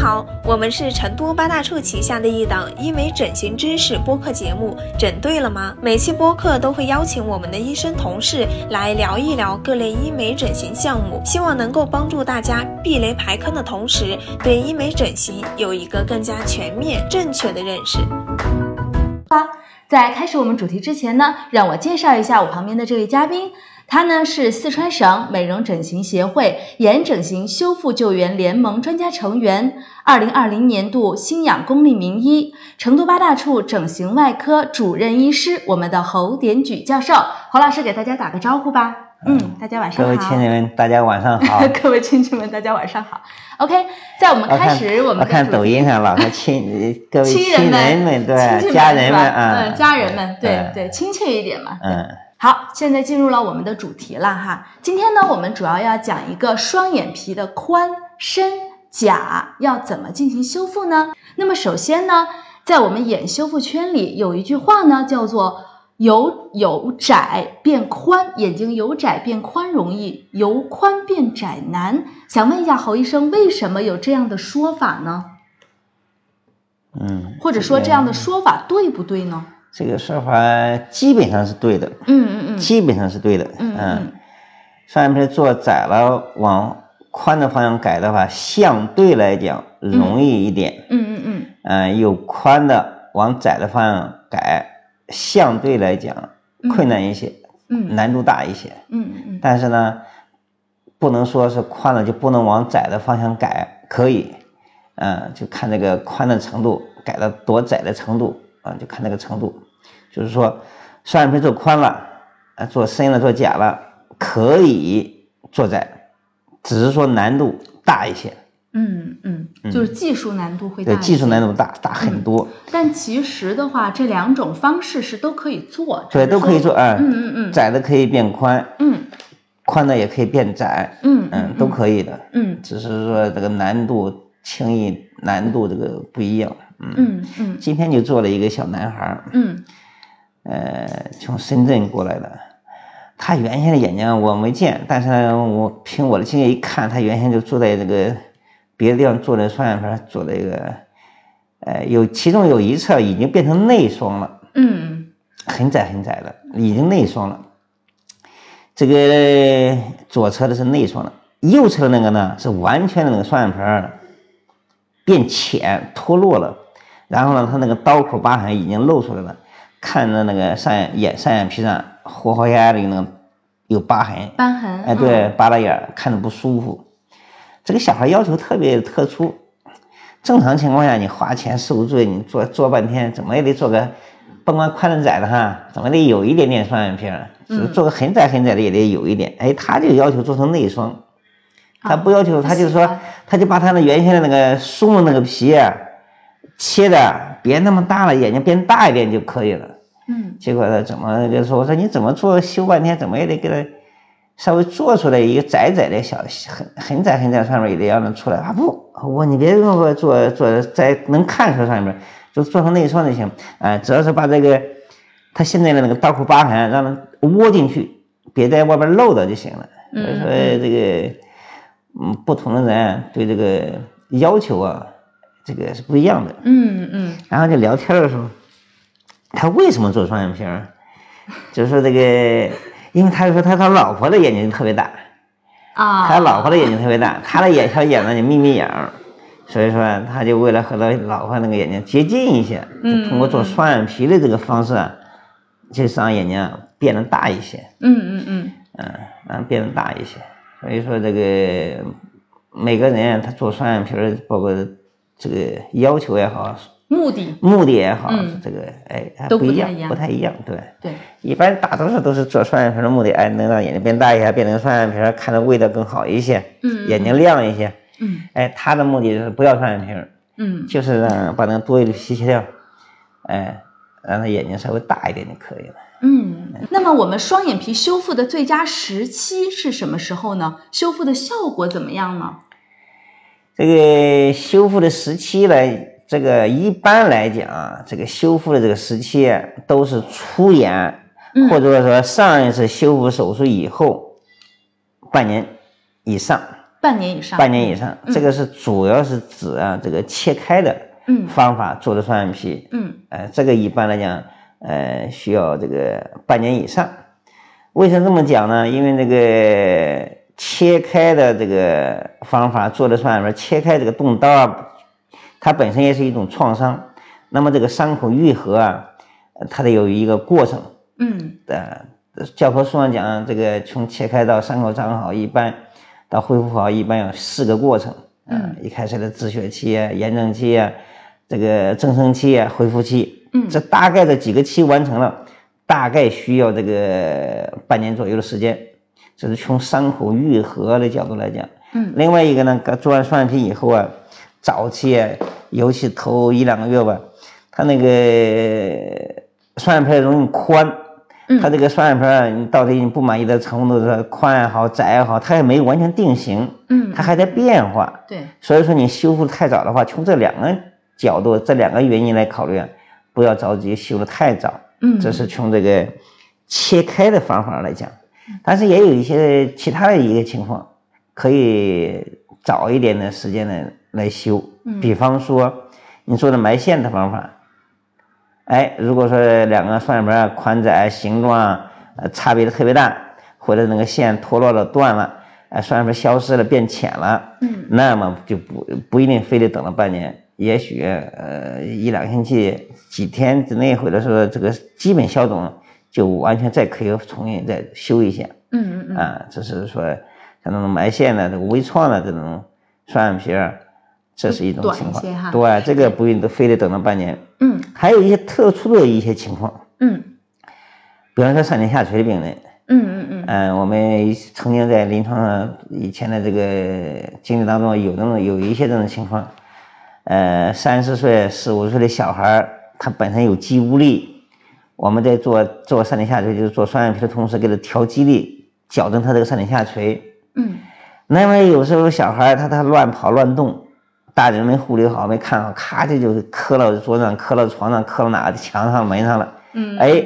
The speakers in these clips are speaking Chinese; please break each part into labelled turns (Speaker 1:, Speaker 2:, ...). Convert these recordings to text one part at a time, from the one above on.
Speaker 1: 好，我们是成都八大处旗下的一档医美整形知识播客节目《整对了吗》。每期播客都会邀请我们的医生同事来聊一聊各类医美整形项目，希望能够帮助大家避雷排坑的同时，对医美整形有一个更加全面、正确的认识。
Speaker 2: 在开始我们主题之前呢，让我介绍一下我旁边的这位嘉宾，他呢是四川省美容整形协会眼整形修复救援联盟专家成员，二零二零年度新氧公立名医，成都八大处整形外科主任医师，我们的侯典举教授。侯老师给大家打个招呼吧。嗯，大家晚上
Speaker 3: 各
Speaker 2: 好。
Speaker 3: 位亲戚们，大家晚上好。
Speaker 2: 各位亲戚们，大家晚上好。OK，在我们
Speaker 3: 我
Speaker 2: 开
Speaker 3: 看
Speaker 2: 始我们的
Speaker 3: 我看
Speaker 2: 主
Speaker 3: 抖
Speaker 2: 题
Speaker 3: 音上老和亲 各位
Speaker 2: 亲人
Speaker 3: 亲人
Speaker 2: 们、
Speaker 3: 们对
Speaker 2: 亲戚
Speaker 3: 家人
Speaker 2: 是
Speaker 3: 们
Speaker 2: 吧
Speaker 3: 啊，
Speaker 2: 嗯，家人们，对
Speaker 3: 嗯
Speaker 2: 对，亲切一点嘛。
Speaker 3: 嗯，
Speaker 2: 好，现在进入了我们的主题了哈。今天呢，我们主要要讲一个双眼皮的宽、深、假要怎么进行修复呢？那么首先呢，在我们眼修复圈里有一句话呢，叫做“由由窄变宽”，眼睛由窄变宽容易，由宽变窄难。想问一下侯医生，为什么有这样的说法呢？
Speaker 3: 嗯，
Speaker 2: 或者说这样的说法对不对呢？
Speaker 3: 这个说法基本上是对的，
Speaker 2: 嗯嗯嗯
Speaker 3: 基本上是对的。
Speaker 2: 嗯嗯，
Speaker 3: 双眼皮做窄了，往宽的方向改的话，相对来讲容易一点。
Speaker 2: 嗯嗯嗯
Speaker 3: 嗯，有宽的往窄的方向改，相对来讲
Speaker 2: 嗯
Speaker 3: 困难一些，
Speaker 2: 嗯嗯
Speaker 3: 难度大一些。
Speaker 2: 嗯嗯。
Speaker 3: 但是呢，不能说是宽了就不能往窄的方向改，可以，嗯，就看这个宽的程度，改到多窄的程度啊、就看这个程度。就是说，双眼皮做宽了，啊，做深了，做假了，可以做窄，只是说难度大一些，
Speaker 2: 嗯，嗯，就是技术难度会大
Speaker 3: 对，
Speaker 2: 一些，嗯
Speaker 3: 技术难度大大很多，
Speaker 2: 但其实的话，这两种方式是都可以做，
Speaker 3: 对，都可以做，啊，
Speaker 2: 嗯。嗯嗯嗯，
Speaker 3: 窄的可以变宽，
Speaker 2: 嗯
Speaker 3: 宽的也可以变窄，
Speaker 2: 嗯
Speaker 3: 嗯，都可以的。
Speaker 2: 嗯
Speaker 3: 只是说这个难度轻易难度这个不一样。嗯，
Speaker 2: 嗯嗯
Speaker 3: 今天就做了一个小男孩儿，
Speaker 2: 嗯
Speaker 3: 呃，从深圳过来的。他原先的眼睛我没见，但是呢我凭我的经验一看，他原先就住在这个别的地方做的双眼皮儿，做了一个，呃，有其中有一侧已经变成内双了。
Speaker 2: 嗯
Speaker 3: 很窄很窄的，已经内双了。这个左侧的是内双的，右侧那个呢是完全的那个双眼皮儿变浅脱落了，然后呢，它那个刀口疤痕已经露出来了，看着那个上眼眼上眼皮上活活压压的那个有疤痕，
Speaker 2: 斑痕，啊
Speaker 3: 哎，对，扒拉眼儿看着不舒服。这个小孩要求特别特殊，正常情况下你花钱受罪，你做做半天，怎么也得做个，甭管宽的窄的哈，怎么得有一点点双眼皮儿，就是
Speaker 2: 嗯
Speaker 3: 做个很窄很窄的也得有一点。哎，他就要求做成内双，他
Speaker 2: 啊
Speaker 3: 不要求，
Speaker 2: 他
Speaker 3: 他就
Speaker 2: 喜
Speaker 3: 说
Speaker 2: 欢，
Speaker 3: 他就把他的原先的那个松的那个皮啊，切的别那么大了，眼睛变大一点就可以了。
Speaker 2: 嗯
Speaker 3: 结果他怎么就说我说你怎么做修半天，怎么也得给他稍微做出来一个窄窄的小很很窄很窄的上面也得要能出来啊不，我你别跟我做做在能看出来上面，就做成内双就行啊、只要是把这个他现在的那个刀口疤痕让它窝进去，别在外边露着就行了。所以说这个嗯不同的人对这个要求啊，这个是不一样的。
Speaker 2: 嗯嗯
Speaker 3: 然后就聊天的时候，他为什么做双眼皮儿？就是说这个，因为他说他他老婆的眼睛特别大，
Speaker 2: 啊，
Speaker 3: 他老婆的眼睛特别大，他的眼小眼呢就眯眯眼儿，所以说他就为了和他老婆那个眼睛接近一些，就通过做双眼皮的这个方式，啊，就是让眼睛啊变得大一些，
Speaker 2: 嗯嗯嗯
Speaker 3: 嗯，然后变得大一些。所以说这个每个人啊他做双眼皮儿，包括这个要求也好，
Speaker 2: 目的
Speaker 3: 目的也好，
Speaker 2: 嗯
Speaker 3: 这个哎还
Speaker 2: 都
Speaker 3: 不
Speaker 2: 不
Speaker 3: 一
Speaker 2: 太
Speaker 3: 样
Speaker 2: 一，样
Speaker 3: 不太一样。对，
Speaker 2: 对，
Speaker 3: 一般大多数都是做双眼皮的目的，哎，能让眼睛变大一些，变成双眼皮儿，看着味道更好一些，
Speaker 2: 嗯
Speaker 3: 眼睛亮一些。
Speaker 2: 嗯
Speaker 3: 哎，他的目的就是不要双眼皮儿，
Speaker 2: 嗯
Speaker 3: 就是让把那个多余的皮切掉，哎，让他眼睛稍微大一点就可以了。
Speaker 2: 嗯。那么我们双眼皮修复的最佳时期是什么时候呢？修复的效果怎么样呢？
Speaker 3: 这个修复的时期来，这个一般来讲啊，这个修复的这个时期啊都是出眼，
Speaker 2: 嗯
Speaker 3: 或者说上一次修复手术以后半年以上，
Speaker 2: 半年以上，
Speaker 3: 半年以上，
Speaker 2: 嗯
Speaker 3: 这个是主要是指啊这个切开的
Speaker 2: 嗯
Speaker 3: 方法做的双眼皮，
Speaker 2: 嗯
Speaker 3: 呃，这个一般来讲，呃，需要这个半年以上。为什么这么讲呢？因为那个切开的这个方法做的双眼皮，切开这个动刀啊，它本身也是一种创伤，那么这个伤口愈合啊，呃它得有一个过程。
Speaker 2: 嗯
Speaker 3: 呃，教科书上讲，这个从切开到伤口长好，一般到恢复好，一般有四个过程。呃
Speaker 2: 嗯
Speaker 3: 一开始的止血期啊、炎症期啊、这个增生期啊、恢复期，
Speaker 2: 嗯
Speaker 3: 这大概的几个期完成了，大概需要这个半年左右的时间。这是从伤口愈合的角度来讲。
Speaker 2: 嗯
Speaker 3: 另外一个呢，刚做完双眼皮以后啊，早期啊，尤其头一两个月吧，它那个双眼皮容易宽，
Speaker 2: 嗯
Speaker 3: 它这个双眼皮儿你到底你不满意的程度是宽也好，窄也好，它也没完全定型，
Speaker 2: 嗯，
Speaker 3: 它还在变化。
Speaker 2: 对，
Speaker 3: 所以说你修复太早的话，从这两个角度、这两个原因来考虑啊，不要着急修的太早。
Speaker 2: 嗯，
Speaker 3: 这是从这个切开的方法来讲，但是也有一些其他的一个情况，可以早一点的时间来来修
Speaker 2: 嗯。
Speaker 3: 比方说你说的埋线的方法，哎，如果说两个双眼皮儿啊宽窄、形状啊呃差别的特别大，或者那个线脱落了、断了，呃，双眼皮儿消失了、变浅了。
Speaker 2: 嗯
Speaker 3: 那么就不不一定非得等到半年，也许呃一两个星期、几天之内，或者说这个基本消肿，就完全再可以重新再修一下
Speaker 2: 嗯嗯嗯
Speaker 3: 啊。这是说像那种埋线的、这个微创的这种双眼皮儿，这是一种
Speaker 2: 短一
Speaker 3: 情
Speaker 2: 些哈
Speaker 3: 况。对，这个不一定都非得等到半年。
Speaker 2: 嗯
Speaker 3: 还有一些特殊的一些情况，
Speaker 2: 嗯
Speaker 3: 比方说上睑下垂的病人，
Speaker 2: 嗯嗯嗯，
Speaker 3: 嗯，我们曾经在临床上以前的这个经历当中，有那种有一些这种情况，呃，三十岁、四五岁的小孩儿，他本身有肌无力，我们在做做上睑下垂，就是做双眼皮的同时，给他调肌力，矫正他这个上睑下垂。
Speaker 2: 嗯
Speaker 3: 那么有时候小孩儿他他乱跑乱动，大人没护理好，没看好，咔这就磕到桌上、磕到床上、磕到哪个墙上、门上了，
Speaker 2: 嗯，
Speaker 3: 哎，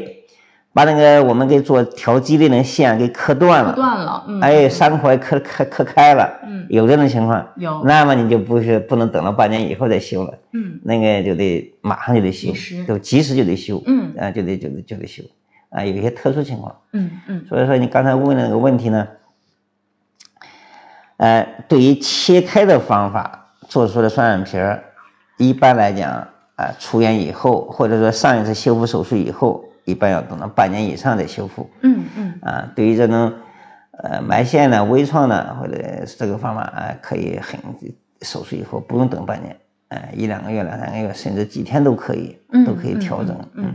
Speaker 3: 把那个我们给做调肌力那个线给磕断了。
Speaker 2: 断了，嗯，
Speaker 3: 哎，伤口还磕磕磕开了，
Speaker 2: 嗯
Speaker 3: 有这种情况，
Speaker 2: 有，
Speaker 3: 那么你就不是不能等到半年以后再修了，
Speaker 2: 嗯
Speaker 3: 那个就得马上就得修
Speaker 2: 及时，
Speaker 3: 就及时就得修，
Speaker 2: 嗯
Speaker 3: 啊，就得就得就得修，啊，有一些特殊情况，
Speaker 2: 嗯嗯
Speaker 3: 所以说你刚才问的那个问题呢，呃，对于切开的方法做出的双眼皮儿，一般来讲啊、出院以后，或者说上一次修复手术以后，一般要等到半年以上再修复，
Speaker 2: 嗯嗯
Speaker 3: 啊，对于这种呃埋线呢、微创呢，或者是这个方法啊，可以很手术以后不用等半年，呃，一两个月、两三个月，甚至几天都可以，都可以
Speaker 2: 嗯嗯
Speaker 3: 调整。
Speaker 2: 嗯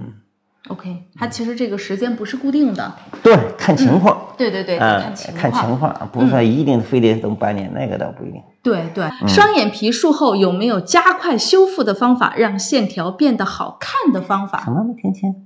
Speaker 2: ，OK，它其实这个时间不是固定的，
Speaker 3: 对，看情况。
Speaker 2: 对嗯对对，
Speaker 3: 啊，
Speaker 2: 看情
Speaker 3: 看情
Speaker 2: 况，嗯
Speaker 3: 况，不是说一定非得等半年，那个倒不一定。
Speaker 2: 对对，
Speaker 3: 嗯
Speaker 2: 双眼皮术后有没有加快修复的方法，让线条变得好看的方
Speaker 3: 什
Speaker 2: 法？
Speaker 3: 么没听清？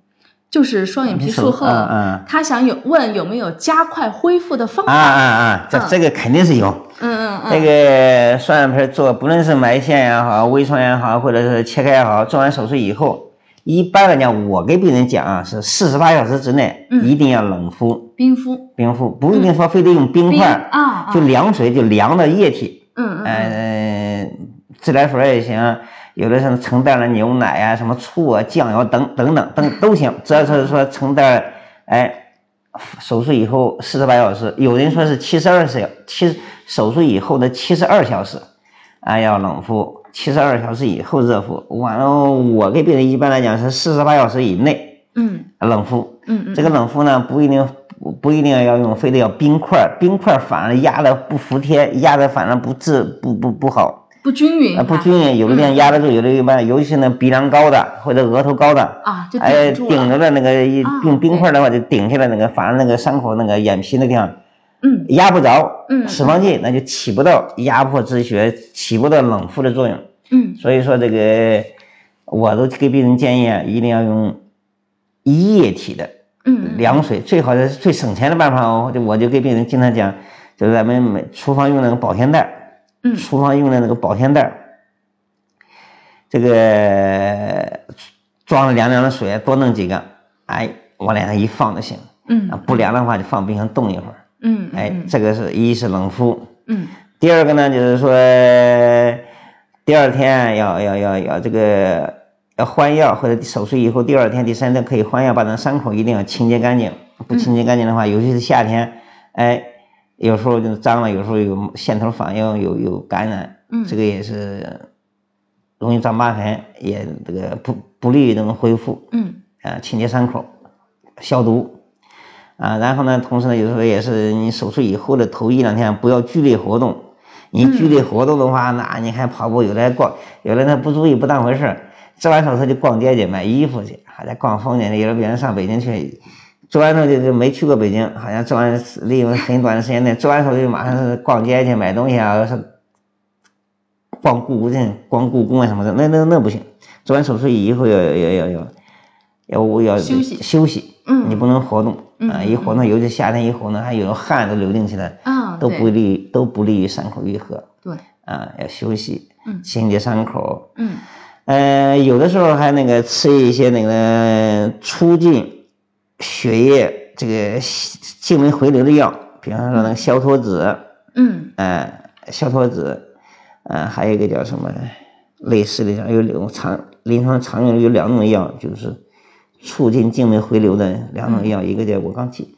Speaker 2: 就是双眼皮术后，
Speaker 3: 嗯嗯
Speaker 2: 他想有问有没有加快恢复的方
Speaker 3: 啊
Speaker 2: 法？
Speaker 3: 啊啊！这
Speaker 2: 嗯
Speaker 3: 这个肯定是有。
Speaker 2: 嗯嗯嗯，
Speaker 3: 那个双眼皮儿做，不论是埋线也好，微创也好，或者是切开也好，做完手术以后，一般来讲，我给病人讲啊，是四十八小时之内
Speaker 2: 嗯
Speaker 3: 一定要冷敷、
Speaker 2: 冰敷，
Speaker 3: 冰敷，不一定说非得用冰
Speaker 2: 冰
Speaker 3: 块
Speaker 2: 啊
Speaker 3: 儿，
Speaker 2: 啊，
Speaker 3: 就凉水，就凉的液体，
Speaker 2: 嗯嗯嗯
Speaker 3: 呃，自来水也行，有的是盛淡了牛奶啊、什么醋啊、酱油等等等等都行，只要是说盛淡，哎。手术以后四十八小时，有人说是七十二小七手术以后的七十二小时，啊要冷敷，七十二小时以后热敷。完了，我给病人一般来讲是四十八小时以内
Speaker 2: 嗯
Speaker 3: 冷敷。
Speaker 2: 嗯嗯，
Speaker 3: 这个冷敷呢，不一定不不一定要用，非得要冰块儿，冰块儿反而压的不服帖，压的反而不治不不不好，
Speaker 2: 不均匀哈，
Speaker 3: 啊不均匀，有的地方压得住，有的地方尤其是那鼻梁高的或者额头高的，
Speaker 2: 啊，就
Speaker 3: 哎，
Speaker 2: 顶住
Speaker 3: 顶
Speaker 2: 了，
Speaker 3: 着的那个一
Speaker 2: 啊
Speaker 3: 用冰块的话，就顶下来那个，反而那个伤口那个眼皮那地方
Speaker 2: 嗯
Speaker 3: 压不着，
Speaker 2: 嗯
Speaker 3: 使方剂那就起不到压迫止血、起不到冷敷的作用。
Speaker 2: 嗯
Speaker 3: 所以说这个我都给病人建议啊，一定要用液体的
Speaker 2: 嗯，
Speaker 3: 凉水，最好的最省钱的办法哦。我就我就给病人经常讲，就是咱们每厨房用那个保鲜袋儿，
Speaker 2: 嗯
Speaker 3: 厨房用的那个保鲜袋儿，这个装了凉凉的水，多弄几个，哎，往脸上一放就行。
Speaker 2: 嗯
Speaker 3: 啊，不凉的话就放冰箱冻一会儿。
Speaker 2: 嗯嗯
Speaker 3: 哎
Speaker 2: 嗯，
Speaker 3: 这个是一是冷敷，
Speaker 2: 嗯
Speaker 3: 第二个呢，就是说第二天要要要要这个要换药，或者手术以后第二天、第三天可以换药，把那伤口一定要清洁干净。不清洁干净的话，尤其是夏天，哎，有时候就脏了，有时候有线头反应，有有感染，
Speaker 2: 嗯
Speaker 3: 这个也是容易长疤痕，也这个不不利于这种恢复。
Speaker 2: 嗯
Speaker 3: 啊，清洁伤口，消毒，啊，然后呢，同时呢，有时候也是你手术以后的头一两天不要剧烈活动，你
Speaker 2: 嗯
Speaker 3: 剧烈活动的话，那你看跑步，有的还逛，有的他不注意不当回事儿，做完手术就逛街去买衣服去，还在逛风景去，有的别人上北京去。做完手术就没去过北京，好像做完利用很短的时间内做完手术就马上是逛街去买东西啊，上逛故宫去，逛故宫啊什么的，那那那不行。做完手术以后要要要要要要
Speaker 2: 休息
Speaker 3: 休息，
Speaker 2: 嗯
Speaker 3: 你不能活动
Speaker 2: 嗯
Speaker 3: 啊！一活动，尤其夏天一活动，还有汗都流进去了，
Speaker 2: 啊，
Speaker 3: 都
Speaker 2: 对
Speaker 3: 不利都不利于伤口愈合
Speaker 2: 对，
Speaker 3: 啊！要休息，
Speaker 2: 嗯
Speaker 3: 清洁伤口，
Speaker 2: 嗯
Speaker 3: 呃，有的时候还那个吃一些那个促进血液这个静脉回流的药，比方说那个消脱子，
Speaker 2: 嗯
Speaker 3: 呃，消脱子，呃，还有一个叫什么类似的药，有两常临床常用有两种药，就是促进静脉回流的两种药，一个叫我刚记，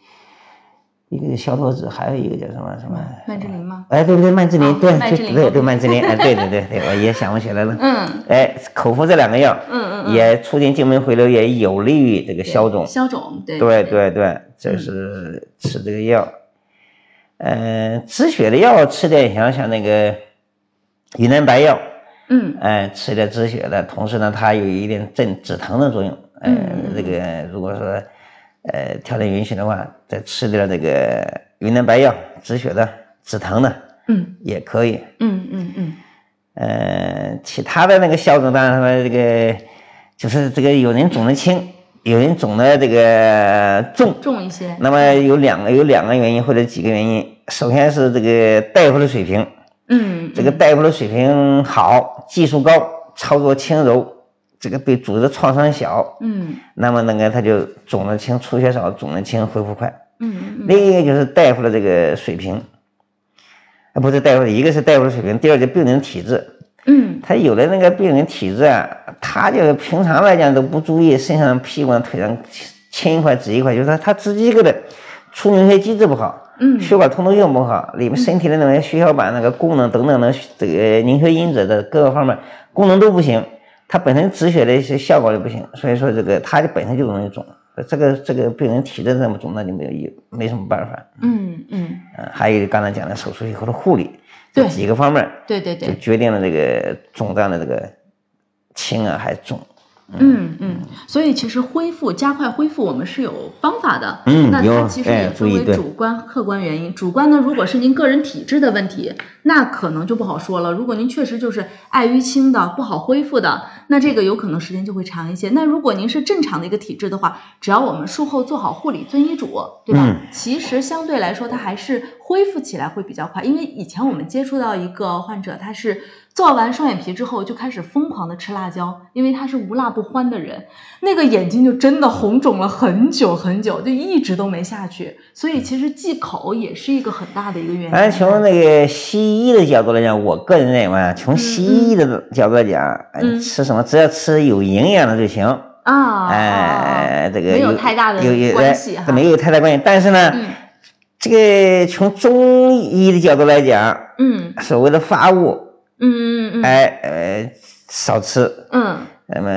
Speaker 3: 一个叫消脱子，还有一个叫什么什么。
Speaker 2: 曼芝林吗？
Speaker 3: 哎，对对，曼芝
Speaker 2: 哦
Speaker 3: 林，对
Speaker 2: 曼芝林
Speaker 3: 对对
Speaker 2: OK
Speaker 3: 对，曼芝林，哎，对对对对，我也想不起来了。
Speaker 2: 嗯
Speaker 3: 哎，口服这两个药，
Speaker 2: 嗯嗯嗯，
Speaker 3: 也促进静脉回流，也有利于这个
Speaker 2: 对
Speaker 3: 消肿。
Speaker 2: 消肿，对
Speaker 3: 对，对对，这是吃这个药。呃，止血的药吃点，像像那个云南白药，
Speaker 2: 嗯
Speaker 3: 哎，吃点止血的，同时呢，它有一定镇止疼的作用。呃
Speaker 2: 嗯嗯，
Speaker 3: 这个如果说呃条件允许的话，再吃点这个云南白药止血的、止疼的
Speaker 2: 嗯
Speaker 3: 也可以。
Speaker 2: 嗯嗯嗯
Speaker 3: 呃，其他的那个消肿，当然说这个就是这个有人肿的轻，有人肿的这个重。
Speaker 2: 嗯，重一些，
Speaker 3: 那么有两个有两个原因或者几个原因，首先是这个大夫的水平，
Speaker 2: 嗯，
Speaker 3: 这个大夫的水平好，技术高，操作轻柔，这个对组织的创伤小，
Speaker 2: 嗯
Speaker 3: 那么那个他就肿得轻，出血少，肿得轻，恢复快。
Speaker 2: 嗯嗯嗯
Speaker 3: 另一个就是大夫的这个水平，啊，不是大夫，一个是大夫的水平，第二个病人体质。
Speaker 2: 嗯
Speaker 3: 他有的那个病人体质啊，他就是平常来讲都不注意，身上、屁股上、腿上青一块紫一块，就是他他自己个的出凝血机制不好，
Speaker 2: 嗯
Speaker 3: 血管通透性不好，里面身体的那个血小板那个功能等等的这个凝血因子的各个方面功能都不行，它本身止血的一些效果就不行，所以说这个它就本身就容易肿。这个这个病人体质这么肿，那就没有一没什么办法。
Speaker 2: 嗯嗯，
Speaker 3: 嗯，还有刚才讲的手术以后的护理，
Speaker 2: 对
Speaker 3: 这几个方面，
Speaker 2: 对对
Speaker 3: 就
Speaker 2: 对，
Speaker 3: 决定了这个肿胀的这个轻啊还是重。
Speaker 2: 嗯嗯，所以其实恢复加快恢复，我们是有方法的。
Speaker 3: 嗯
Speaker 2: 那它
Speaker 3: 有
Speaker 2: 其实
Speaker 3: 哎
Speaker 2: 也
Speaker 3: 注
Speaker 2: 分
Speaker 3: 意
Speaker 2: 为
Speaker 3: 对
Speaker 2: 主观、客观原因。主观呢，如果是您个人体质的问题，那可能就不好说了。如果您确实就是爱淤青的、不好恢复的，那这个有可能时间就会长一些。那如果您是正常的一个体质的话，只要我们术后做好护理、遵医嘱，对吧？
Speaker 3: 嗯
Speaker 2: 其实相对来说，它还是恢复起来会比较快。因为以前我们接触到一个患者，他是做完双眼皮之后就开始疯狂的吃辣椒，因为他是无辣不欢的人，那个眼睛就真的红肿了很久很久，就一直都没下去。所以其实忌口也是一个很大的一个原因。
Speaker 3: 反正从哎那个西医的角度来讲，我个人认为啊，从西医的角度来讲，哎
Speaker 2: 嗯
Speaker 3: 吃什么只要吃有营养的就行。
Speaker 2: 啊，啊啊
Speaker 3: 哎，这个
Speaker 2: 没有太大的
Speaker 3: 有有
Speaker 2: 关系哈
Speaker 3: 哎没有太大关系。但是呢，
Speaker 2: 嗯
Speaker 3: 这个从中医的角度来讲，
Speaker 2: 嗯
Speaker 3: 所谓的发物，
Speaker 2: 嗯嗯嗯
Speaker 3: 哎呃，少吃，
Speaker 2: 嗯
Speaker 3: 什么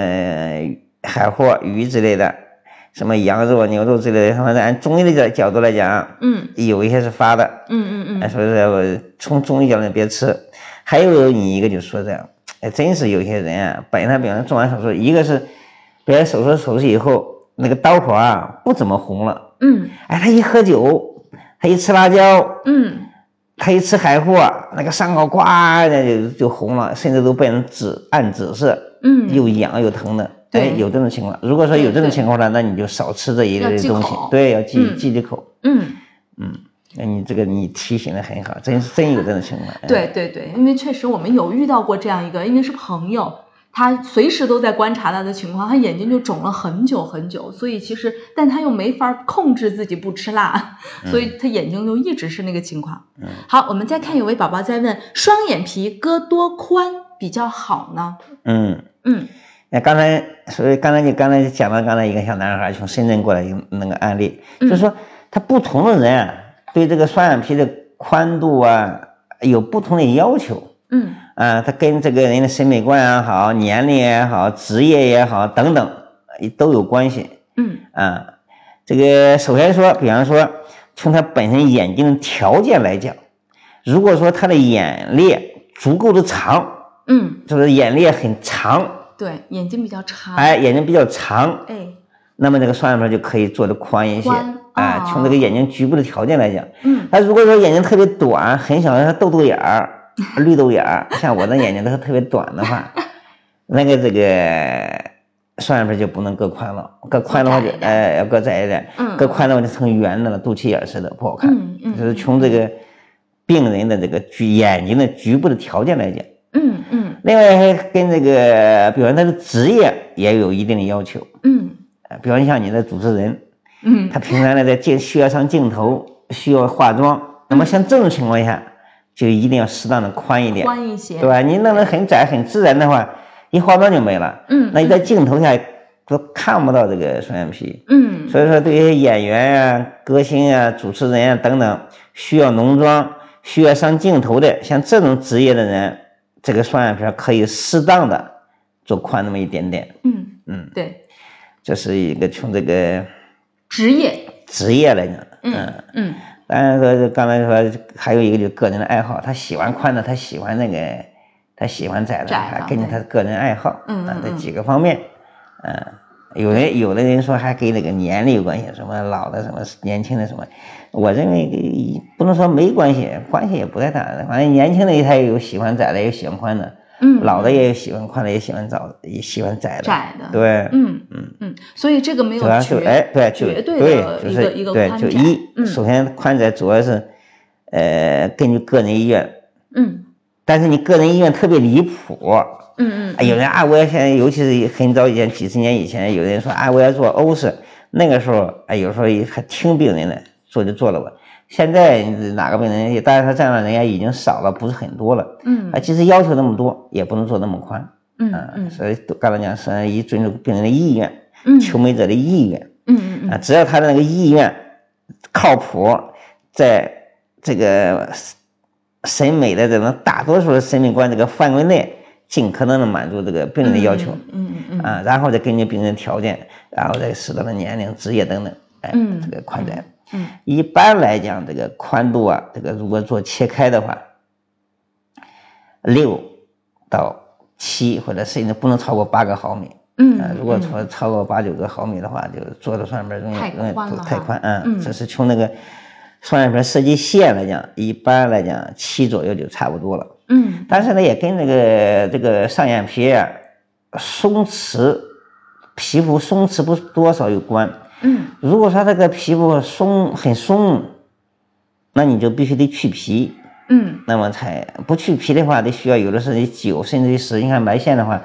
Speaker 3: 海货、鱼之类的，什么羊肉、牛肉之类的，反正按中医的角角度来讲，
Speaker 2: 嗯
Speaker 3: 有一些是发的，
Speaker 2: 嗯嗯
Speaker 3: 哎
Speaker 2: 嗯
Speaker 3: 所以说我从中医角度别吃。还有你一个就说这样，哎，真是有些人啊，本来比方说做完手术，一个是别人手术手术以后那个刀口啊不怎么红了，
Speaker 2: 嗯
Speaker 3: 哎，他一喝酒，他一吃辣椒，
Speaker 2: 嗯
Speaker 3: 他一吃海货，那个伤口呱那就就红了，甚至都变成紫暗紫色。
Speaker 2: 嗯，
Speaker 3: 又痒又疼的，
Speaker 2: 对
Speaker 3: 哎，有这种情况。如果说有这种情况呢，那你就少吃这一类
Speaker 2: 要
Speaker 3: 的
Speaker 2: 忌
Speaker 3: 东西
Speaker 2: 口，
Speaker 3: 对，要忌
Speaker 2: 嗯
Speaker 3: 忌忌口。
Speaker 2: 嗯。
Speaker 3: 那你这个你提醒的很好，真真有这种情况。哎，
Speaker 2: 对对对，因为确实我们有遇到过这样一个，因为是朋友，他随时都在观察他的情况，他眼睛就肿了很久很久，所以其实，但他又没法控制自己不吃辣， 所以他眼睛就一直是那个情况。
Speaker 3: 嗯
Speaker 2: 好，我们再看有位宝宝在问，双眼皮割多宽比较好呢？
Speaker 3: 嗯，
Speaker 2: 嗯
Speaker 3: 那刚才所以刚才你刚才讲到刚才一个小男孩从深圳过来一个那个案例，
Speaker 2: 嗯
Speaker 3: 就是说他不同的人啊，对这个双眼皮的宽度啊有不同的要求。
Speaker 2: 嗯
Speaker 3: 啊，他跟这个人的审美观也好、年龄也好、职业也好等等呃都有关系
Speaker 2: 嗯
Speaker 3: 啊。这个首先说，比方说从他本身眼睛的条件来讲，如果说他的眼裂足够的长，
Speaker 2: 嗯，
Speaker 3: 就是眼裂很长，
Speaker 2: 对，眼睛比较长，
Speaker 3: 哎，眼睛比较长，
Speaker 2: 哎，
Speaker 3: 那么这个双眼皮就可以做的宽一些
Speaker 2: 宽
Speaker 3: 啊
Speaker 2: 哦。
Speaker 3: 从这个眼睛局部的条件来讲，
Speaker 2: 嗯
Speaker 3: 他如果说眼睛特别短，很小，像豆豆眼儿、 绿豆眼儿，像我的眼睛都是特别短的话，那个这个双眼皮就不能割宽了，割宽的话就
Speaker 2: 更窄一点
Speaker 3: 哎要割窄一点，
Speaker 2: 嗯
Speaker 3: 割宽的话就成圆的了，肚脐眼儿似的不好看。
Speaker 2: 嗯嗯
Speaker 3: 就是从这个病人的这个局眼睛的局部的条件来讲，
Speaker 2: 嗯嗯
Speaker 3: 另外还跟这个，比方他的职业也有一定的要求，
Speaker 2: 嗯
Speaker 3: 呃比方像你的主持人，
Speaker 2: 嗯
Speaker 3: 他平常呢在镜需要上镜头，需要化妆，那么像这种情况下，就一定要适当的宽一
Speaker 2: 嗯，
Speaker 3: 点，
Speaker 2: 宽一些，
Speaker 3: 对吧？你弄得很窄很自然的话，一化妆就没了。
Speaker 2: 嗯，
Speaker 3: 那你在镜头下都看不到这个双眼皮，
Speaker 2: 嗯
Speaker 3: 所以说对于演员啊、歌星啊、主持人啊等等，需要浓妆、需要上镜头的，像这种职业的人，这个双眼皮可以适当的做宽那么一点点。
Speaker 2: 嗯
Speaker 3: 嗯，
Speaker 2: 对，
Speaker 3: 这是一个从这个
Speaker 2: 职业，
Speaker 3: 职业来讲，嗯
Speaker 2: 嗯嗯
Speaker 3: 当然说，刚才说还有一个就是个人的爱好，他喜欢宽的，他喜欢那个，他喜欢窄的，
Speaker 2: 窄的
Speaker 3: 还根据
Speaker 2: 对
Speaker 3: 他个人爱好，
Speaker 2: 嗯
Speaker 3: 啊
Speaker 2: 嗯，
Speaker 3: 这
Speaker 2: 嗯
Speaker 3: 几个方面，嗯，有人有的人说还跟那个年龄有关系，什么老的什么年轻的什么，我认为呃不能说没关系，关系也不太大，反正年轻的他也有喜欢窄的，也有喜欢宽的，
Speaker 2: 嗯，
Speaker 3: 老的也有喜欢宽的，也喜欢早的，也喜欢窄的，
Speaker 2: 窄的，，
Speaker 3: 对，
Speaker 2: 嗯
Speaker 3: 嗯
Speaker 2: 嗯，所以这个没有
Speaker 3: 主要
Speaker 2: 绝
Speaker 3: 是哎，对，就
Speaker 2: 绝对
Speaker 3: 对，
Speaker 2: 的
Speaker 3: 就
Speaker 2: 一个
Speaker 3: 是
Speaker 2: 一个
Speaker 3: 对，
Speaker 2: 宽
Speaker 3: 就
Speaker 2: 窄，
Speaker 3: 一，
Speaker 2: 嗯
Speaker 3: 首先宽窄主要是，呃，根据个人意愿，
Speaker 2: 嗯
Speaker 3: 但是你个人意愿特别离谱，
Speaker 2: 嗯嗯，
Speaker 3: 哎有人啊，我要现在，尤其是很早以前，几十年以前，有人说啊，我要做欧式，那个时候，哎，有时候也还听病人的，做就做了吧。现在哪个病人，也当然他占了人家已经少了，不是很多了，
Speaker 2: 嗯
Speaker 3: 啊，其实要求那么多，也不能做那么宽，
Speaker 2: 嗯
Speaker 3: 啊
Speaker 2: 嗯
Speaker 3: 所以都刚才讲是以尊重病人的意愿，
Speaker 2: 嗯
Speaker 3: 求美者的意愿。
Speaker 2: 嗯嗯
Speaker 3: 啊，
Speaker 2: 嗯
Speaker 3: 只要他的那个意愿靠谱，在这个审美的这种大多数的审美观这个范围内，尽可能的满足这个病人的要求、
Speaker 2: 嗯嗯嗯嗯
Speaker 3: 啊，然后再根据病人的条件，然后再适当的年龄、职业等等，哎，
Speaker 2: 嗯
Speaker 3: 这个宽窄。
Speaker 2: 嗯
Speaker 3: 一般来讲，这个宽度啊，这个如果做切开的话，六到七或者甚至不能超过八个毫米。
Speaker 2: 嗯
Speaker 3: 呃，
Speaker 2: 嗯，
Speaker 3: 如果超超过八九个毫米的话，就做的双眼皮儿容易
Speaker 2: 太
Speaker 3: 容易
Speaker 2: 宽
Speaker 3: 不
Speaker 2: 了
Speaker 3: 太
Speaker 2: 哈
Speaker 3: 宽啊。
Speaker 2: 嗯
Speaker 3: 这是从那个双眼皮儿设计线来讲，一般来讲七左右就差不多了。
Speaker 2: 嗯
Speaker 3: 但是呢，也跟这个这个上眼皮啊松弛、皮肤松弛不多少有关。
Speaker 2: 嗯
Speaker 3: 如果说这个皮肤松很松，那你就必须得去皮。
Speaker 2: 嗯
Speaker 3: 那么才不去皮的话，得需要有的是得九甚至于十。你看埋线的话，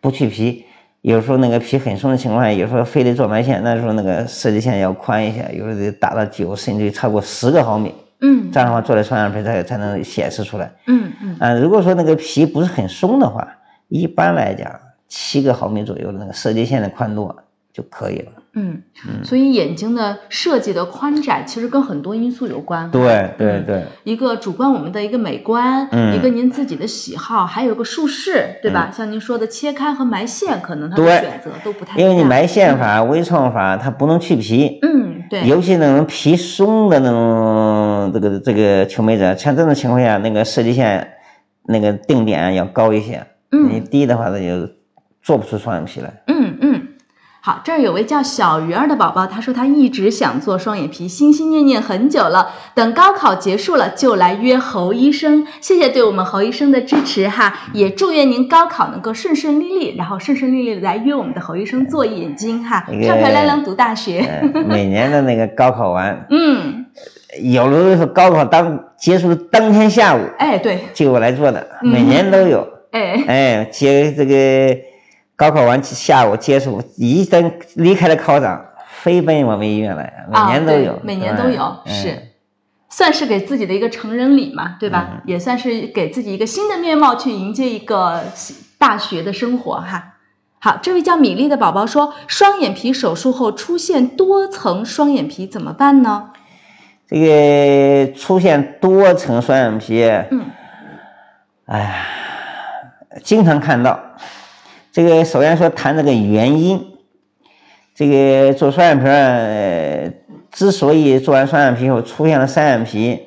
Speaker 3: 不去皮，有时候那个皮很松的情况下，有时候非得做埋线，那时候那个设计线要宽一下，有时候得达到九甚至于超过十个毫米，
Speaker 2: 嗯
Speaker 3: 这样的话做的双眼皮才才能显示出来。
Speaker 2: 嗯嗯
Speaker 3: 啊、如果说那个皮不是很松的话，一般来讲七个毫米左右的那个设计线的宽度啊就可以了。
Speaker 2: 嗯，所以眼睛的设计的宽窄其实跟很多因素有关。
Speaker 3: 对对
Speaker 2: 嗯
Speaker 3: 对，
Speaker 2: 一个主观我们的一个美观，
Speaker 3: 嗯
Speaker 2: 一个您自己的喜好，还有一个术式，对吧？像您说的切开和埋线，可能它的
Speaker 3: 对
Speaker 2: 选择都不太一
Speaker 3: 因
Speaker 2: 样。
Speaker 3: 为你埋线法、微创法它不能去皮。
Speaker 2: 嗯，对，
Speaker 3: 尤其那种皮松的那种这个这个求美者，像这种情况下，那个设计线那个定点啊要高一些，你
Speaker 2: 嗯
Speaker 3: 低的话，它就做不出双眼皮来。
Speaker 2: 嗯嗯。好，这儿有位叫小鱼儿的宝宝，他说他一直想做双眼皮，心心念念很久了，等高考结束了就来约侯医生。谢谢对我们侯医生的支持哈，也祝愿您高考能够顺顺利利，然后顺顺利利地来约我们的侯医生做眼睛哈，
Speaker 3: 哎呀
Speaker 2: 漂漂亮亮读大学。
Speaker 3: 嗯，每年的那个高考完，
Speaker 2: 嗯，
Speaker 3: 有的时候高考当结束的当天下午
Speaker 2: 哎，对，
Speaker 3: 就我来做的，
Speaker 2: 嗯
Speaker 3: 每年都有。
Speaker 2: 哎，
Speaker 3: 哎，接这个高考完下午接触，一登离开了考场，飞奔我们医院来，每
Speaker 2: 啊
Speaker 3: 年都
Speaker 2: 对
Speaker 3: 有，
Speaker 2: 每年都有，
Speaker 3: 嗯
Speaker 2: 是。算是给自己的一个成人礼嘛，对吧？
Speaker 3: 嗯
Speaker 2: 也算是给自己一个新的面貌去迎接一个新大学的生活哈。好，这位叫米粒的宝宝说，双眼皮手术后出现多层双眼皮怎么办呢？
Speaker 3: 这个出现多层双眼皮，
Speaker 2: 嗯，
Speaker 3: 哎呀，经常看到。这个首先说谈这个原因，这个做双眼皮儿，呃，之所以做完双眼皮以后出现了单眼皮，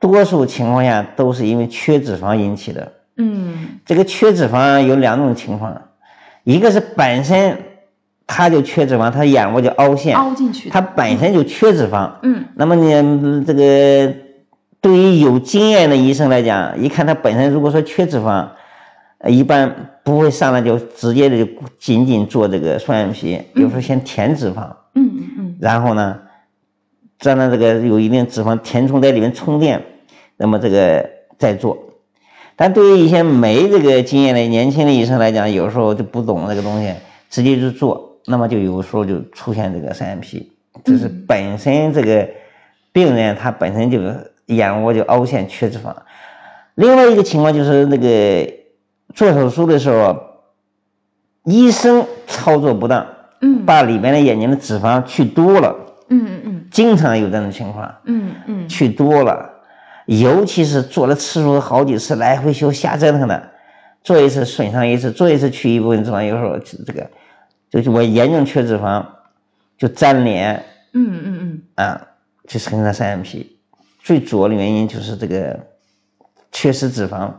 Speaker 3: 多数情况下都是因为缺脂肪引起的。
Speaker 2: 嗯，
Speaker 3: 这个缺脂肪有两种情况，一个是本身它就缺脂肪，它眼窝就凹陷，
Speaker 2: 凹进去的
Speaker 3: 它本身就缺脂肪。
Speaker 2: 嗯
Speaker 3: 那么你这个对于有经验的医生来讲，一看他本身如果说缺脂肪，呃一般不会上来就直接的就仅仅做这个双眼皮，有时候先填脂肪，
Speaker 2: 嗯嗯嗯，
Speaker 3: 然后呢，再让这个有一定脂肪填充在里面充电，那么这个再做。但对于一些没这个经验的年轻的医生来讲，有时候就不懂这个东西，直接就做，那么就有时候就出现这个双眼皮，就是
Speaker 2: 嗯
Speaker 3: 本身这个病人他本身就眼窝就凹陷缺脂肪。另外一个情况就是那个做手术的时候，医生操作不当，
Speaker 2: 嗯
Speaker 3: 把里面的眼睛的脂肪去多了，
Speaker 2: 嗯嗯
Speaker 3: 经常有这种情况，
Speaker 2: 嗯嗯
Speaker 3: 去多了，尤其是做了次数好几次，来回修瞎折腾的，做一次损伤一次，做一次去一部分脂肪，有时候这个就是我严重缺脂肪，就粘连
Speaker 2: 嗯嗯嗯
Speaker 3: 啊，就形成三眼皮。最主要的原因就是这个缺失脂肪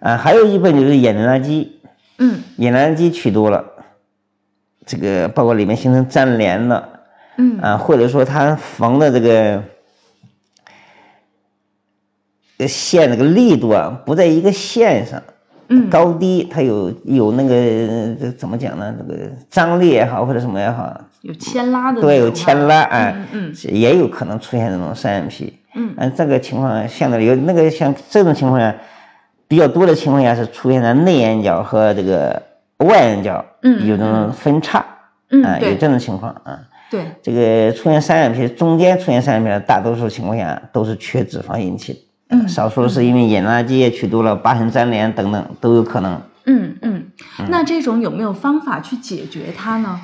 Speaker 3: 啊，还有一部分就是眼轮匝肌，
Speaker 2: 嗯
Speaker 3: 眼轮匝肌取多了，这个包括里面形成粘连了。
Speaker 2: 嗯
Speaker 3: 啊，或者说它缝的这个呃线这个力度啊不在一个线上，
Speaker 2: 嗯，
Speaker 3: 高低它有有那个呃这怎么讲呢？这个张力也好或者什么也好，
Speaker 2: 有牵拉的那种啊，
Speaker 3: 对，有牵拉，哎、
Speaker 2: 嗯嗯
Speaker 3: 也有可能出现这种双眼皮。
Speaker 2: 嗯
Speaker 3: 嗯，这个情况现在有那个像这种情况下比较多的情况下是出现在内眼角和这个外眼角
Speaker 2: 嗯
Speaker 3: 有这
Speaker 2: 嗯
Speaker 3: 种分叉，
Speaker 2: 嗯
Speaker 3: 啊，有
Speaker 2: 对
Speaker 3: 这种情况啊。
Speaker 2: 对，
Speaker 3: 这个出现三眼皮，中间出现三眼皮的，大多数情况下都是缺脂肪引起的，
Speaker 2: 嗯
Speaker 3: 少数是因为眼垃圾也取多了、疤痕粘连等等都有可能。
Speaker 2: 嗯嗯，那这种有没有方法去解决它呢？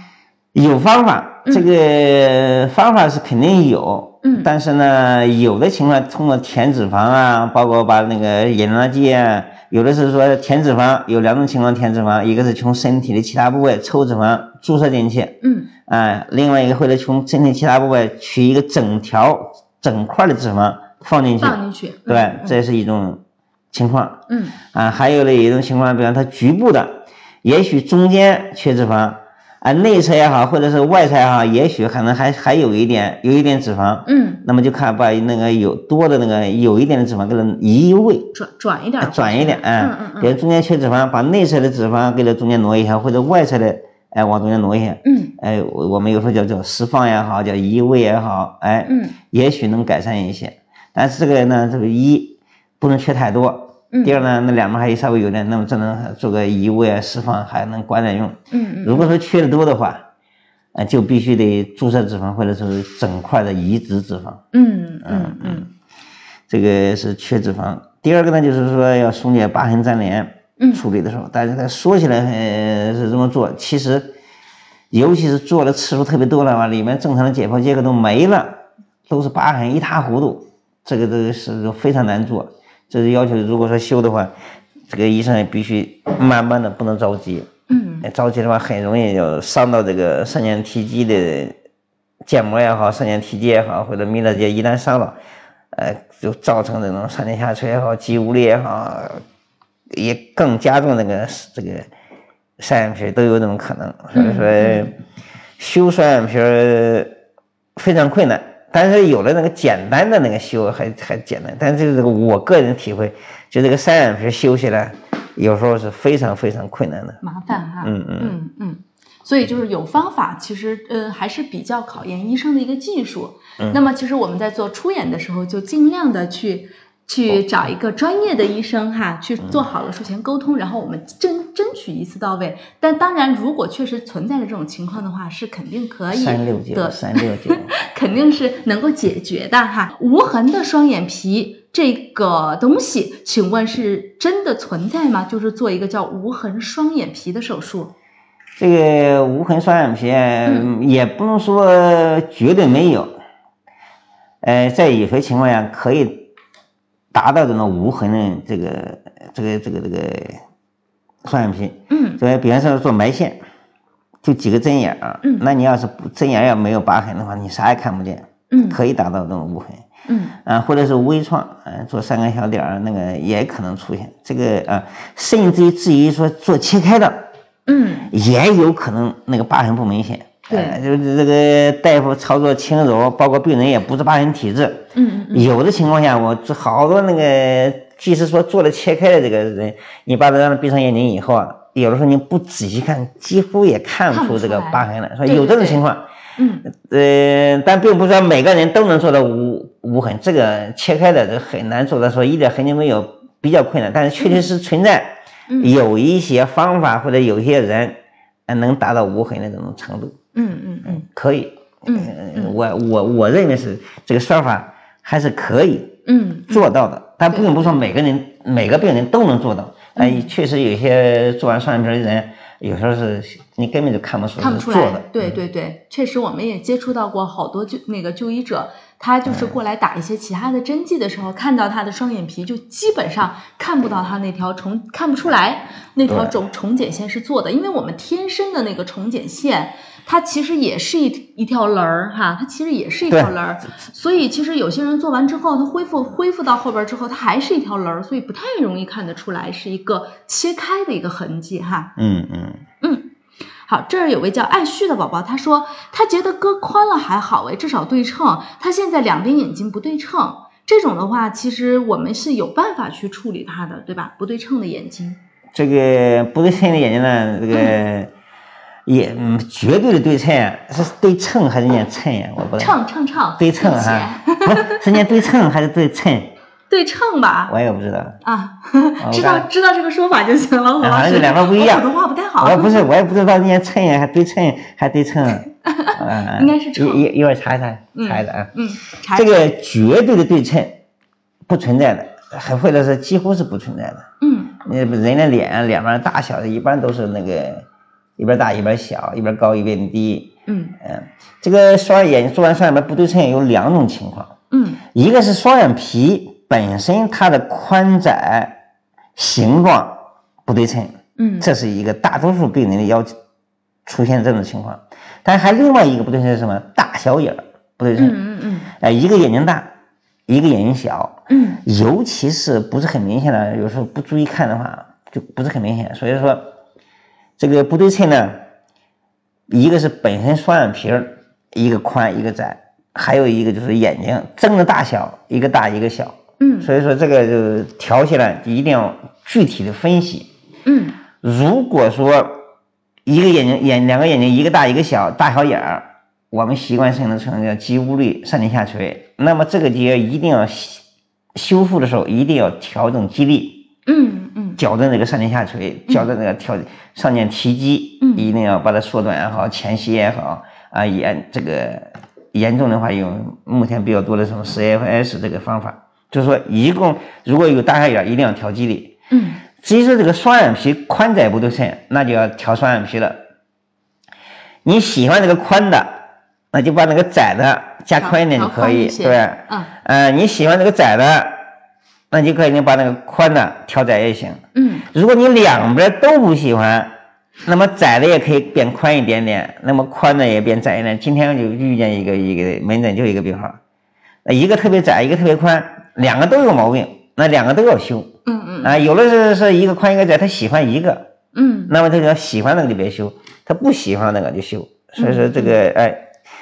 Speaker 3: 有方法，
Speaker 2: 嗯
Speaker 3: 这个方法是肯定有，
Speaker 2: 嗯
Speaker 3: 但是呢，有的情况通过填脂肪啊，包括把那个眼垃圾啊，有的是说填脂肪，有两种情况填脂肪，一个是从身体的其他部位抽脂肪注射进去，
Speaker 2: 嗯
Speaker 3: 啊，另外一个或者从身体其他部位取一个整条、整块的脂肪放进去，
Speaker 2: 放进去，嗯
Speaker 3: 对，这是一种情况
Speaker 2: 嗯
Speaker 3: 啊。还有的一种情况，比方它局部的，也许中间缺脂肪啊，内侧也好，或者是外侧也好，也许可能还还有一点，有一点脂肪。
Speaker 2: 嗯，
Speaker 3: 那么就看把那个有多的那个有一点的脂肪给它移位，
Speaker 2: 转转一点儿，
Speaker 3: 啊转一点，
Speaker 2: 嗯
Speaker 3: 哎
Speaker 2: 嗯，
Speaker 3: 比如
Speaker 2: 嗯
Speaker 3: 中间缺脂肪，把内侧的脂肪给它中间挪一下，或者外侧的哎往中间挪一下，
Speaker 2: 嗯
Speaker 3: 哎，我我们有时候叫叫释放也好，叫移位也好，哎，
Speaker 2: 嗯
Speaker 3: 也许能改善一些。但是这个呢，这个一不能缺太多，
Speaker 2: 嗯，
Speaker 3: 第二呢，那两边还稍微有点，那么这能做个移位啊、释放还能管点用。
Speaker 2: 嗯嗯
Speaker 3: 如果说缺的多的话，呃，就必须得注射脂肪或者是整块的移植脂肪，
Speaker 2: 嗯嗯嗯
Speaker 3: 这个是缺脂肪。第二个呢，就是说要松解疤痕粘连。
Speaker 2: 嗯
Speaker 3: 处理的时候，但是他说起来呃是这么做，其实尤其是做的次数特别多了吧，里面正常的解剖结构都没了，都是疤痕一塌糊涂，这个这个是非常难做。这是要求，如果说修的话，这个医生也必须慢慢的，不能着急，
Speaker 2: 嗯
Speaker 3: 哎着急的话很容易就伤到这个上睑提肌的腱膜也好，上睑提肌也好，或者弥勒肌，一旦伤了，呃，就造成这种上睑下垂也好，肌无力也好，也更加重这个这个双眼皮儿都有这种可能。所以说，修双眼皮儿非常困难。但是有了那个简单的那个修还还简单，但是这个我个人体会，就这个三眼皮儿修起来，有时候是非常非常困难的。
Speaker 2: 麻烦哈，
Speaker 3: 嗯嗯
Speaker 2: 嗯嗯，所以就是有方法，其实呃还是比较考验医生的一个技术。
Speaker 3: 嗯
Speaker 2: 那么其实我们在做初演的时候，就尽量的去去
Speaker 3: 哦
Speaker 2: 找一个专业的医生哈，去
Speaker 3: 嗯
Speaker 2: 做好了术前沟通，然后我们争争取一次到位。但当然，如果确实存在了这种情况的话，是肯定可以
Speaker 3: 三六九，
Speaker 2: 的，
Speaker 3: 三六九，
Speaker 2: 肯定是能够解决的哈。无痕的双眼皮这个东西，请问是真的存在吗？就是做一个叫无痕双眼皮的手术。
Speaker 3: 这个无痕双眼皮嗯也不能说绝对没有，呃，在有些情况下可以达到这种无痕的这个这个这个这个双眼皮。
Speaker 2: 嗯
Speaker 3: 对，比方说做埋线，就几个针眼儿，啊
Speaker 2: 嗯
Speaker 3: 那你要是不针眼儿要没有疤痕的话，你啥也看不见，
Speaker 2: 嗯
Speaker 3: 可以达到这种无痕。
Speaker 2: 嗯
Speaker 3: 啊，或者是微创，嗯、做三个小点儿，那个也可能出现这个啊，甚至于至于说做切开的，
Speaker 2: 嗯
Speaker 3: 也有可能那个疤痕不明显。
Speaker 2: 对
Speaker 3: 呃就是这个大夫操作轻柔，包括病人也不是疤痕体质。
Speaker 2: 嗯嗯
Speaker 3: 有的情况下，我这好多那个，即使说做了切开的这个人，你把他让他闭上眼睛以后啊，有的时候你不仔细看，几乎也看
Speaker 2: 看
Speaker 3: 不
Speaker 2: 不
Speaker 3: 出
Speaker 2: 出
Speaker 3: 这个
Speaker 2: 来
Speaker 3: 疤痕来。所
Speaker 2: 对
Speaker 3: 以有
Speaker 2: 对
Speaker 3: 这种
Speaker 2: 对
Speaker 3: 情况，
Speaker 2: 嗯
Speaker 3: 呃，但并不是说每个人都能做到无无痕，这个切开的这很难做到说一点痕迹没有，比较困难。但是确确实实存在。
Speaker 2: 嗯
Speaker 3: 有一些方法或者有些人，呃能达到无痕的这种程度，
Speaker 2: 嗯嗯
Speaker 3: 可以。
Speaker 2: 嗯
Speaker 3: 呃
Speaker 2: 嗯
Speaker 3: 我我我认为是这个说法还是可以
Speaker 2: 嗯
Speaker 3: 做到的，但
Speaker 2: 对
Speaker 3: 并不是说每个人每个病人都能做到。但
Speaker 2: 嗯
Speaker 3: 确实有些做完双眼皮的人，有时候是你根本就看不出
Speaker 2: 看不
Speaker 3: 是
Speaker 2: 出
Speaker 3: 做的嗯
Speaker 2: 来。。对对对，确实我们也接触到过好多就那个就医者，他
Speaker 3: 哎
Speaker 2: 就是过来打一些其他的针剂的时候，看到他的双眼皮就基本上看不到他那条重，看不出来那条
Speaker 3: 对
Speaker 2: 重重睑线是做的，因为我们天生的那个重睑线。它其实也是一一条棱儿哈，它其实也是一条
Speaker 3: 对
Speaker 2: 棱儿，所以其实有些人做完之后，他恢复恢复到后边儿之后，它还是一条棱儿，所以不太容易看得出来是一个切开的一个痕迹哈。
Speaker 3: 嗯嗯，
Speaker 2: 好，这儿有位叫爱旭的宝宝，他说他觉得割宽了还好哎，至少对称。他现在两边眼睛不对称，这种的话，其实我们是有办法去处理它的，对吧？不对称的眼睛，
Speaker 3: 这个不对称的眼睛呢，这 个也嗯绝对的对称啊，是对称还是念称呀？我不知道。
Speaker 2: 秤秤秤，
Speaker 3: 对称哈，不是是念对称还是对称？
Speaker 2: 对称吧？
Speaker 3: 我也不知道，
Speaker 2: 啊
Speaker 3: 我，
Speaker 2: 知道
Speaker 3: 看
Speaker 2: 知道这个说法就行了。我
Speaker 3: 哎好像
Speaker 2: 老
Speaker 3: 这
Speaker 2: 师
Speaker 3: 两个不一样
Speaker 2: 我普通话不太好
Speaker 3: 我也，不是我也不知道念称呀还对称还 对称啊，啊
Speaker 2: 应该是称
Speaker 3: 一一一会儿查一查
Speaker 2: 嗯
Speaker 3: 查一查啊，
Speaker 2: 嗯，查
Speaker 3: 这个绝对的对称不存在的，还或者是几乎是不存在的。
Speaker 2: 嗯
Speaker 3: 那人的脸两边大小一般都是那个一边大一边小，一边高一边低，
Speaker 2: 嗯
Speaker 3: 嗯，这个双眼做完双眼皮不对称有两种情况，
Speaker 2: 嗯
Speaker 3: 一个是双眼皮本身它的宽窄、形状不对称，
Speaker 2: 嗯，
Speaker 3: 这是一个大多数病人的要求出现这种情况。但还另外一个不对称是什么？大小眼儿不对
Speaker 2: 嗯
Speaker 3: 称，
Speaker 2: 嗯嗯
Speaker 3: 哎、一个眼睛大，一个眼睛小，
Speaker 2: 嗯
Speaker 3: 尤其是不是很明显的，有时候不注意看的话，就不是很明显。所以说，这个不对称呢，一个是本身双眼皮儿，一个宽一个窄，还有一个就是眼睛睁的大小，一个大一个小。
Speaker 2: 嗯
Speaker 3: 所以说这个就调起来一定要具体的分析。
Speaker 2: 嗯
Speaker 3: 如果说一个眼睛眼两个眼睛一个大一个小，大小眼儿，我们习惯性的称叫肌无力上体下垂，那么这个节一定要修修复的时候一定要调整肌力，
Speaker 2: 嗯嗯
Speaker 3: 矫正这个上体下垂，矫正这个调上睑提肌，
Speaker 2: 嗯
Speaker 3: 一定要把它缩短也好，前斜也好啊，严这个严重的话有目前比较多的什么 CFS 这个方法，就是说一共如果有大小眼儿，一定要调肌力。
Speaker 2: 嗯
Speaker 3: 至于说这个双眼皮宽窄不对称，那就要调双眼皮了。你喜欢这个宽的，那就把那个窄的加宽一点就可
Speaker 2: 调宽
Speaker 3: 以，
Speaker 2: 一些
Speaker 3: 对。
Speaker 2: 嗯
Speaker 3: 呃，你喜欢这个窄的，那你可以把那个宽的调窄也行。
Speaker 2: 嗯
Speaker 3: 如果你两边都不喜欢，那么窄的也可以变宽一点点，那么宽的也变窄一点。今天就遇见一个一个门诊就一个病号，呃一个特别窄，一个特别宽，两个都有毛病，那两个都要修。
Speaker 2: 嗯嗯
Speaker 3: 啊，有的是是一个宽一个窄，他喜欢一个，
Speaker 2: 嗯
Speaker 3: 那么他就要喜欢那个就别修，他不喜欢那个就修。所以说这个哎，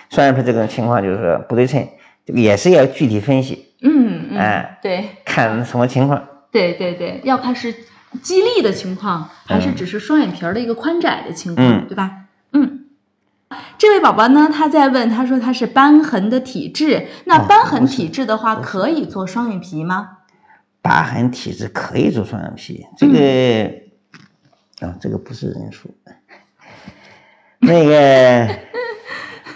Speaker 3: 双眼皮这种情况就是说不对称，这个也是要具体分析，
Speaker 2: 嗯嗯
Speaker 3: 哎，
Speaker 2: 对。
Speaker 3: 看什么情况。
Speaker 2: 对对对，要看是肌力的情况，还是
Speaker 3: 嗯
Speaker 2: 只是双眼皮儿的一个宽窄的情况，
Speaker 3: 嗯
Speaker 2: 对吧？嗯。这位宝宝呢，他在问，他说他是瘢痕的体质，那
Speaker 3: 哦
Speaker 2: 瘢痕
Speaker 3: 不是
Speaker 2: 体质的话，可以做双眼皮吗？
Speaker 3: 疤痕体质可以做双眼皮，这个啊、这个不是人数，那个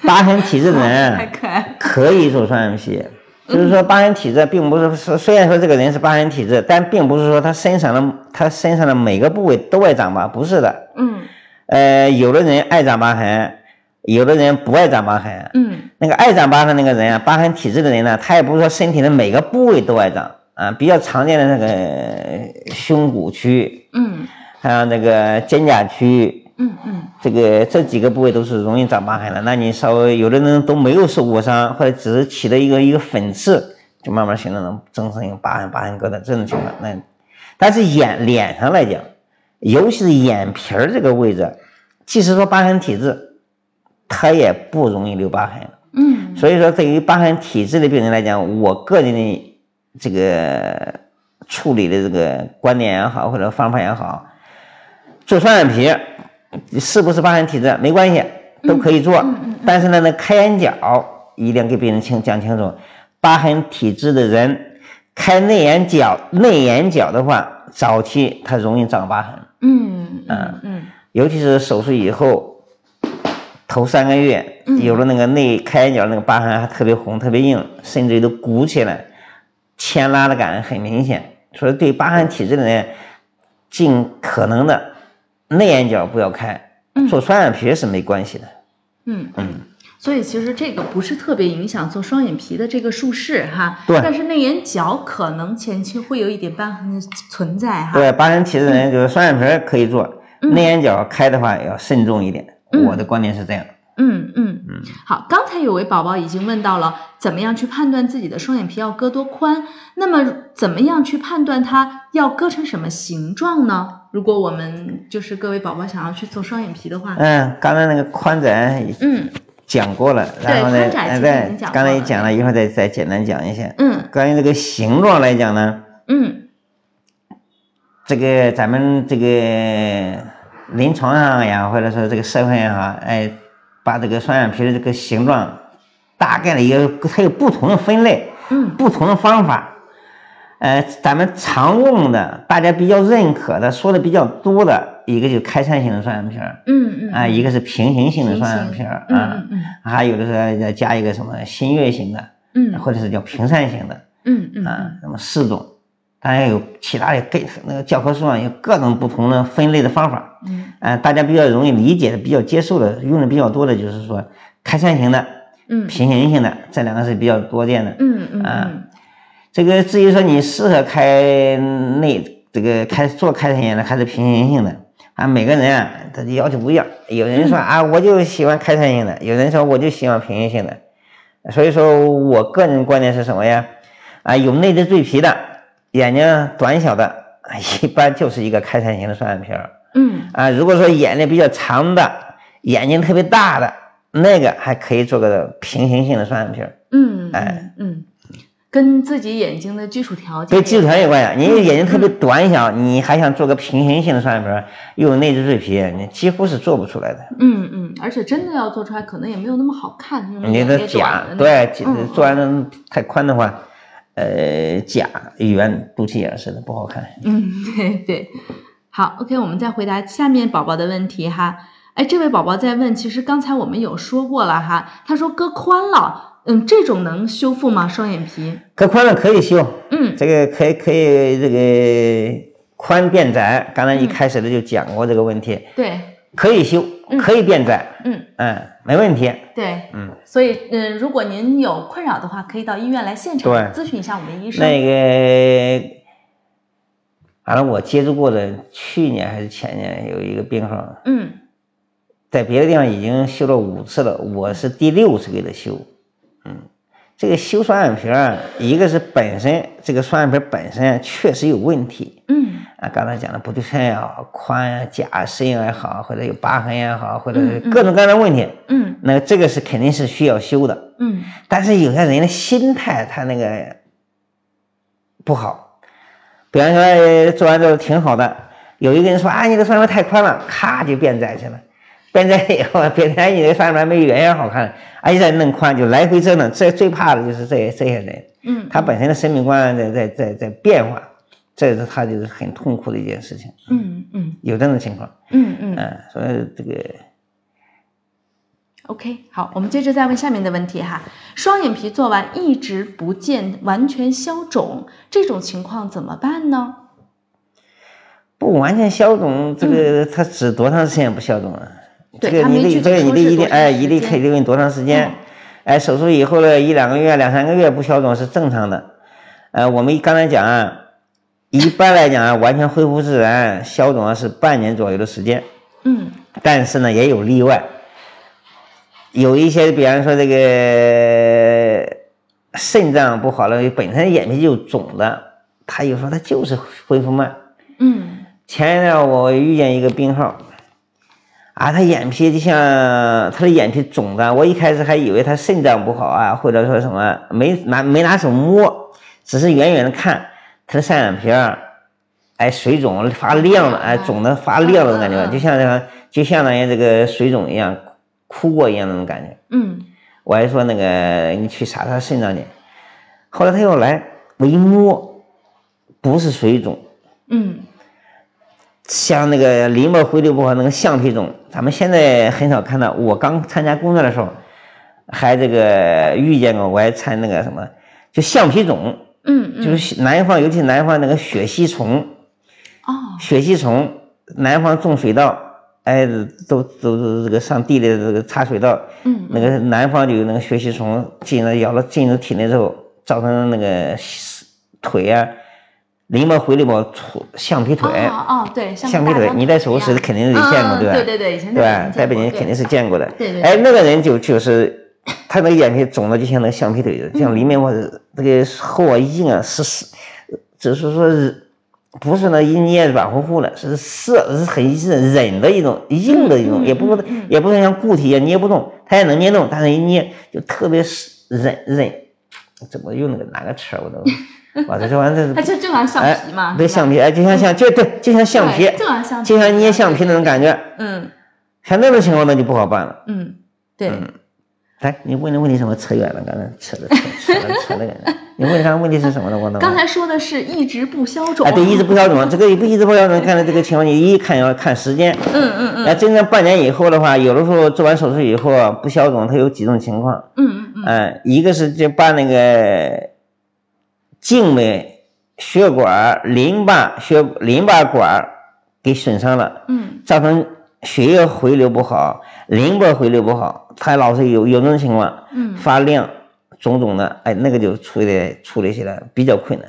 Speaker 3: 疤痕体质的
Speaker 2: 太
Speaker 3: 人啊
Speaker 2: 可爱。
Speaker 3: 可以做双眼皮，就是说疤痕体质并不是说，虽然说这个人是疤痕体质，但并不是说他身上的他身上的每个部位都爱长疤，不是的。
Speaker 2: 嗯
Speaker 3: 呃，有的人爱长疤痕，有的人不爱长疤痕。
Speaker 2: 嗯
Speaker 3: 那个爱长疤痕那个人啊，疤痕体质的人呢，他也不是说身体的每个部位都爱长啊，比较常见的那个呃胸骨区，
Speaker 2: 嗯
Speaker 3: 还有那个肩胛区，
Speaker 2: 嗯嗯
Speaker 3: 这个这几个部位都是容易长疤痕的。那你稍微有的人都没有受过伤，或者只是起了一个一个粉刺，就慢慢形成能增生一个疤痕、疤痕疙瘩这种情况。那但是眼脸上来讲，尤其是眼皮儿这个位置，即使说疤痕体质，它也不容易留疤痕。
Speaker 2: 嗯
Speaker 3: 所以说，对于疤痕体质的病人来讲，我个人的这个处理的这个观点也好，或者方法也好，做双眼皮是不是疤痕体质没关系，都可以做。
Speaker 2: 嗯嗯嗯
Speaker 3: 但是呢，那开眼角一定要给病人清讲清楚，疤痕体质的人开内眼角，内眼角的话，早期它容易长疤痕，
Speaker 2: 嗯
Speaker 3: 呃
Speaker 2: 嗯嗯
Speaker 3: 尤其是手术以后。头三个月
Speaker 2: 嗯
Speaker 3: 有了那个内开眼角那个疤痕还特别红、特别硬，甚至于都鼓起来，牵拉的感很明显。所以对疤痕体质的人，尽可能的内眼角不要开
Speaker 2: 嗯，
Speaker 3: 做双眼皮是没关系的。
Speaker 2: 嗯
Speaker 3: 嗯，
Speaker 2: 所以其实这个不是特别影响做双眼皮的这个术式哈，
Speaker 3: 对
Speaker 2: 但是内眼角可能前期会有一点疤痕存在哈。
Speaker 3: 对，疤痕体质的人就是双眼皮儿可以做，
Speaker 2: 啊嗯
Speaker 3: 内眼角开的话要慎重一点。
Speaker 2: 嗯
Speaker 3: 我的观点是这样。
Speaker 2: 嗯嗯
Speaker 3: 嗯，
Speaker 2: 好，刚才有位宝宝已经问到了，怎么样去判断自己的双眼皮要割多宽？那么怎么样去判断它要割成什么形状呢？如果我们就是各位宝宝想要去做双眼皮的话，
Speaker 3: 嗯，刚才那个宽窄
Speaker 2: 嗯
Speaker 3: 讲过了，然后呢，
Speaker 2: 宽窄其实
Speaker 3: 呃
Speaker 2: 已
Speaker 3: 对
Speaker 2: 经讲，
Speaker 3: 刚才
Speaker 2: 过
Speaker 3: 也
Speaker 2: 了
Speaker 3: 讲了，一会儿再再简单讲一下。
Speaker 2: 嗯
Speaker 3: 关于这个形状来讲呢，
Speaker 2: 嗯
Speaker 3: 这个咱们这个临床上呀，或者说这个社会上啊，哎，把这个双眼皮的这个形状，大概的一个它有不同的分类，
Speaker 2: 嗯
Speaker 3: 不同的方法。呃，咱们常用的，大家比较认可的，说的比较多的一个就是开扇形的双眼皮儿
Speaker 2: 嗯嗯
Speaker 3: 啊，一个是平行型的
Speaker 2: 平
Speaker 3: 双眼
Speaker 2: 行
Speaker 3: 皮儿啊，
Speaker 2: 嗯嗯
Speaker 3: 还有的是再加一个什么新月型的，
Speaker 2: 嗯嗯
Speaker 3: 或者是叫平扇型的。
Speaker 2: 嗯嗯
Speaker 3: 啊，那么四种，当然有其他的更那个教科书上有各种不同的分类的方法，
Speaker 2: 嗯
Speaker 3: 啊，大家比较容易理解的、比较接受的、用的比较多的就是说开扇型的、
Speaker 2: 嗯
Speaker 3: 平行型的这两个是比较多见的。
Speaker 2: 嗯嗯嗯
Speaker 3: 啊这个至于说你适合开内这个开做开扇型的还是平行型的啊，每个人啊他的要求不一样，有人说啊我就喜欢开扇型的，有人说我就喜欢平行型的，所以说我个人观点是什么呀？啊，有内眦赘皮的，眼睛短小的，一般就是一个开扇型的双眼皮儿
Speaker 2: 嗯
Speaker 3: 啊。如果说眼睛比较长的，眼睛特别大的，那个还可以做个平行性的双眼皮儿。
Speaker 2: 嗯
Speaker 3: 哎
Speaker 2: 嗯，跟自己眼睛的基础条件
Speaker 3: 跟基础条件有关
Speaker 2: 嗯
Speaker 3: 系。你眼睛特别短小，你还想做个平行性的双眼皮儿，又有内眦赘皮，你几乎是做不出来的。
Speaker 2: 嗯嗯，而且真的要做出来，可能也没有那么好看，那种
Speaker 3: 你
Speaker 2: 眼
Speaker 3: 的
Speaker 2: 嗯也
Speaker 3: 假
Speaker 2: 短的那
Speaker 3: 对
Speaker 2: 种
Speaker 3: 假
Speaker 2: 嗯
Speaker 3: 做完了太宽的话，呃，假圆肚脐眼似的不好看。
Speaker 2: 嗯， 对对，好，OK，我们再回答下面宝宝的问题哈。哎，这位宝宝在问，其实刚才我们有说过了哈，他说割宽了，嗯，这种能修复吗？双眼皮？
Speaker 3: 割宽了可以修，
Speaker 2: 嗯
Speaker 3: 这个可以可以这个宽变窄。刚才
Speaker 2: 嗯
Speaker 3: 一开始的就讲过这个问题，
Speaker 2: 对，
Speaker 3: 可以修，
Speaker 2: 嗯
Speaker 3: 可以变窄，
Speaker 2: 嗯
Speaker 3: 嗯，没问题。
Speaker 2: 对，
Speaker 3: 嗯，
Speaker 2: 所以嗯，如果您有困扰的话，可以到医院来现场咨
Speaker 3: 对
Speaker 2: 询一下我们的医生。
Speaker 3: 那个，反正我接触过的，去年还是前年有一个病号，
Speaker 2: 嗯
Speaker 3: 在别的地方已经修了五次了，我是第六次给他修。嗯，这个修双眼皮儿啊，一个是本身这个双眼皮儿本身啊确实有问题
Speaker 2: 嗯
Speaker 3: 啊，刚才讲的不对称也好，宽呀、假适应也好，或者有疤痕也好，或者
Speaker 2: 嗯
Speaker 3: 是
Speaker 2: 嗯
Speaker 3: 各种各样的问题，
Speaker 2: 嗯
Speaker 3: 那这个是肯定是需要修的。
Speaker 2: 嗯
Speaker 3: 但是有些人的心态他那个不好，比方说呃做完之后挺好的，有一个人说啊你的双眼皮太宽了，咔就变窄去了，变窄以后别人哎你的双眼皮没原样好看了，哎再弄宽就来回折腾，这最怕的就是这这些人，
Speaker 2: 嗯，
Speaker 3: 他本身的审美观在在在在变化，这是他就是很痛苦的一件事情，
Speaker 2: 嗯嗯
Speaker 3: 有这种情况，
Speaker 2: 嗯嗯
Speaker 3: 嗯，所以这个
Speaker 2: ，OK，好，我们接着再问下面的问题哈。双眼皮做完一直不见完全消肿，这种情况怎么办呢？
Speaker 3: 不完全消肿，这个它指多长时间不消肿啊？
Speaker 2: 嗯对
Speaker 3: 这个
Speaker 2: 他
Speaker 3: 你
Speaker 2: 没具体
Speaker 3: 得这个
Speaker 2: 说
Speaker 3: 你得
Speaker 2: 是
Speaker 3: 一
Speaker 2: 多
Speaker 3: 定哎
Speaker 2: 长
Speaker 3: 一
Speaker 2: 时
Speaker 3: 定
Speaker 2: 间
Speaker 3: 可以问多长时间
Speaker 2: 嗯？
Speaker 3: 哎，手术以后的一两个月、两三个月不消肿是正常的。呃，我们刚才讲啊，一般来讲啊，完全恢复自然消肿啊是半年左右的时间，
Speaker 2: 嗯
Speaker 3: 但是呢也有例外，有一些比方说这个肾脏不好了，本身眼皮就肿的，他有时候他就是恢复慢。
Speaker 2: 嗯
Speaker 3: 前一段我遇见一个病号，啊，他眼皮就像他的眼皮肿的，我一开始还以为他肾脏不好啊，或者说什么没拿没拿手摸，只是远远的看他的上眼皮儿，哎，水肿发亮了，哎，肿的发亮了的感觉，
Speaker 2: 嗯嗯嗯
Speaker 3: 就像那个就相当于这个水肿一样，哭过一样那种感觉。
Speaker 2: 嗯
Speaker 3: 我还说那个你去查查肾脏去，后来他又来，我一摸，不是水肿。
Speaker 2: 嗯
Speaker 3: 像那个淋巴回流不好，那个橡皮肿，咱们现在很少看到。我刚参加工作的时候，还这个遇见过，我还参那个什么，就橡皮肿，
Speaker 2: 嗯嗯，
Speaker 3: 就是南方，尤其南方那个血吸虫，
Speaker 2: 哦，
Speaker 3: 血吸虫，南方种水稻，哎，都都都这个上地里这个插水稻，
Speaker 2: 嗯
Speaker 3: 那个南方就有那个血吸虫进了咬了进入体内之后，造成那个腿啊，淋巴回流不好，腿橡皮腿。
Speaker 2: 哦哦对，像
Speaker 3: 橡
Speaker 2: 个
Speaker 3: 皮
Speaker 2: 大
Speaker 3: 腿
Speaker 2: 钢，
Speaker 3: 你在手术室
Speaker 2: 一样
Speaker 3: 肯定得见过，
Speaker 2: 嗯
Speaker 3: 吧？
Speaker 2: 对
Speaker 3: 对
Speaker 2: 对对以前在北
Speaker 3: 吧
Speaker 2: 京？见
Speaker 3: 在北
Speaker 2: 过
Speaker 3: 京
Speaker 2: 对
Speaker 3: 肯定是见过的。
Speaker 2: 对对对
Speaker 3: 哎，那个人就就是，他那个眼皮肿的就像那个橡皮腿，像里
Speaker 2: 嗯
Speaker 3: 面我这个后啊硬啊是是，只是说是不是那一捏软乎乎的，是涩，是很是忍的一种硬的一种，
Speaker 2: 嗯
Speaker 3: 也不
Speaker 2: 嗯嗯
Speaker 3: 也不是像固体一样捏不动，它也能捏动，但是一捏就特别是忍忍，怎么用那个哪个词儿 我都，我这这玩意儿
Speaker 2: 它
Speaker 3: 这
Speaker 2: 就正常橡皮嘛，
Speaker 3: 对
Speaker 2: 是吧
Speaker 3: 橡皮，哎，就像像就对，就像橡皮
Speaker 2: 对，正常橡皮，
Speaker 3: 就像捏橡皮那种感觉。
Speaker 2: 嗯
Speaker 3: 像那种情况那就不好办了。
Speaker 2: 嗯，对，
Speaker 3: 嗯来，你问的问题怎么扯远了？刚才扯的 扯扯的扯的远了。你问啥问题是什么呢？我
Speaker 2: 刚才说的是一直不消肿，
Speaker 3: 哎，对，一直不消肿，这个不一直不消肿，看来这个情况你一看要看时间。
Speaker 2: 嗯嗯嗯
Speaker 3: 那真正半年以后的话，有的时候做完手术以后啊不消肿，它有几种情况。
Speaker 2: 嗯嗯
Speaker 3: 嗯，一个是就把那个静脉血管、淋巴血、淋巴管给损伤了。
Speaker 2: 嗯
Speaker 3: 造成血液回流不好，淋巴回流不好，他老是有有这种情况，
Speaker 2: 嗯嗯，
Speaker 3: 发亮、肿肿的，哎，那个就处理处理起来比较困难，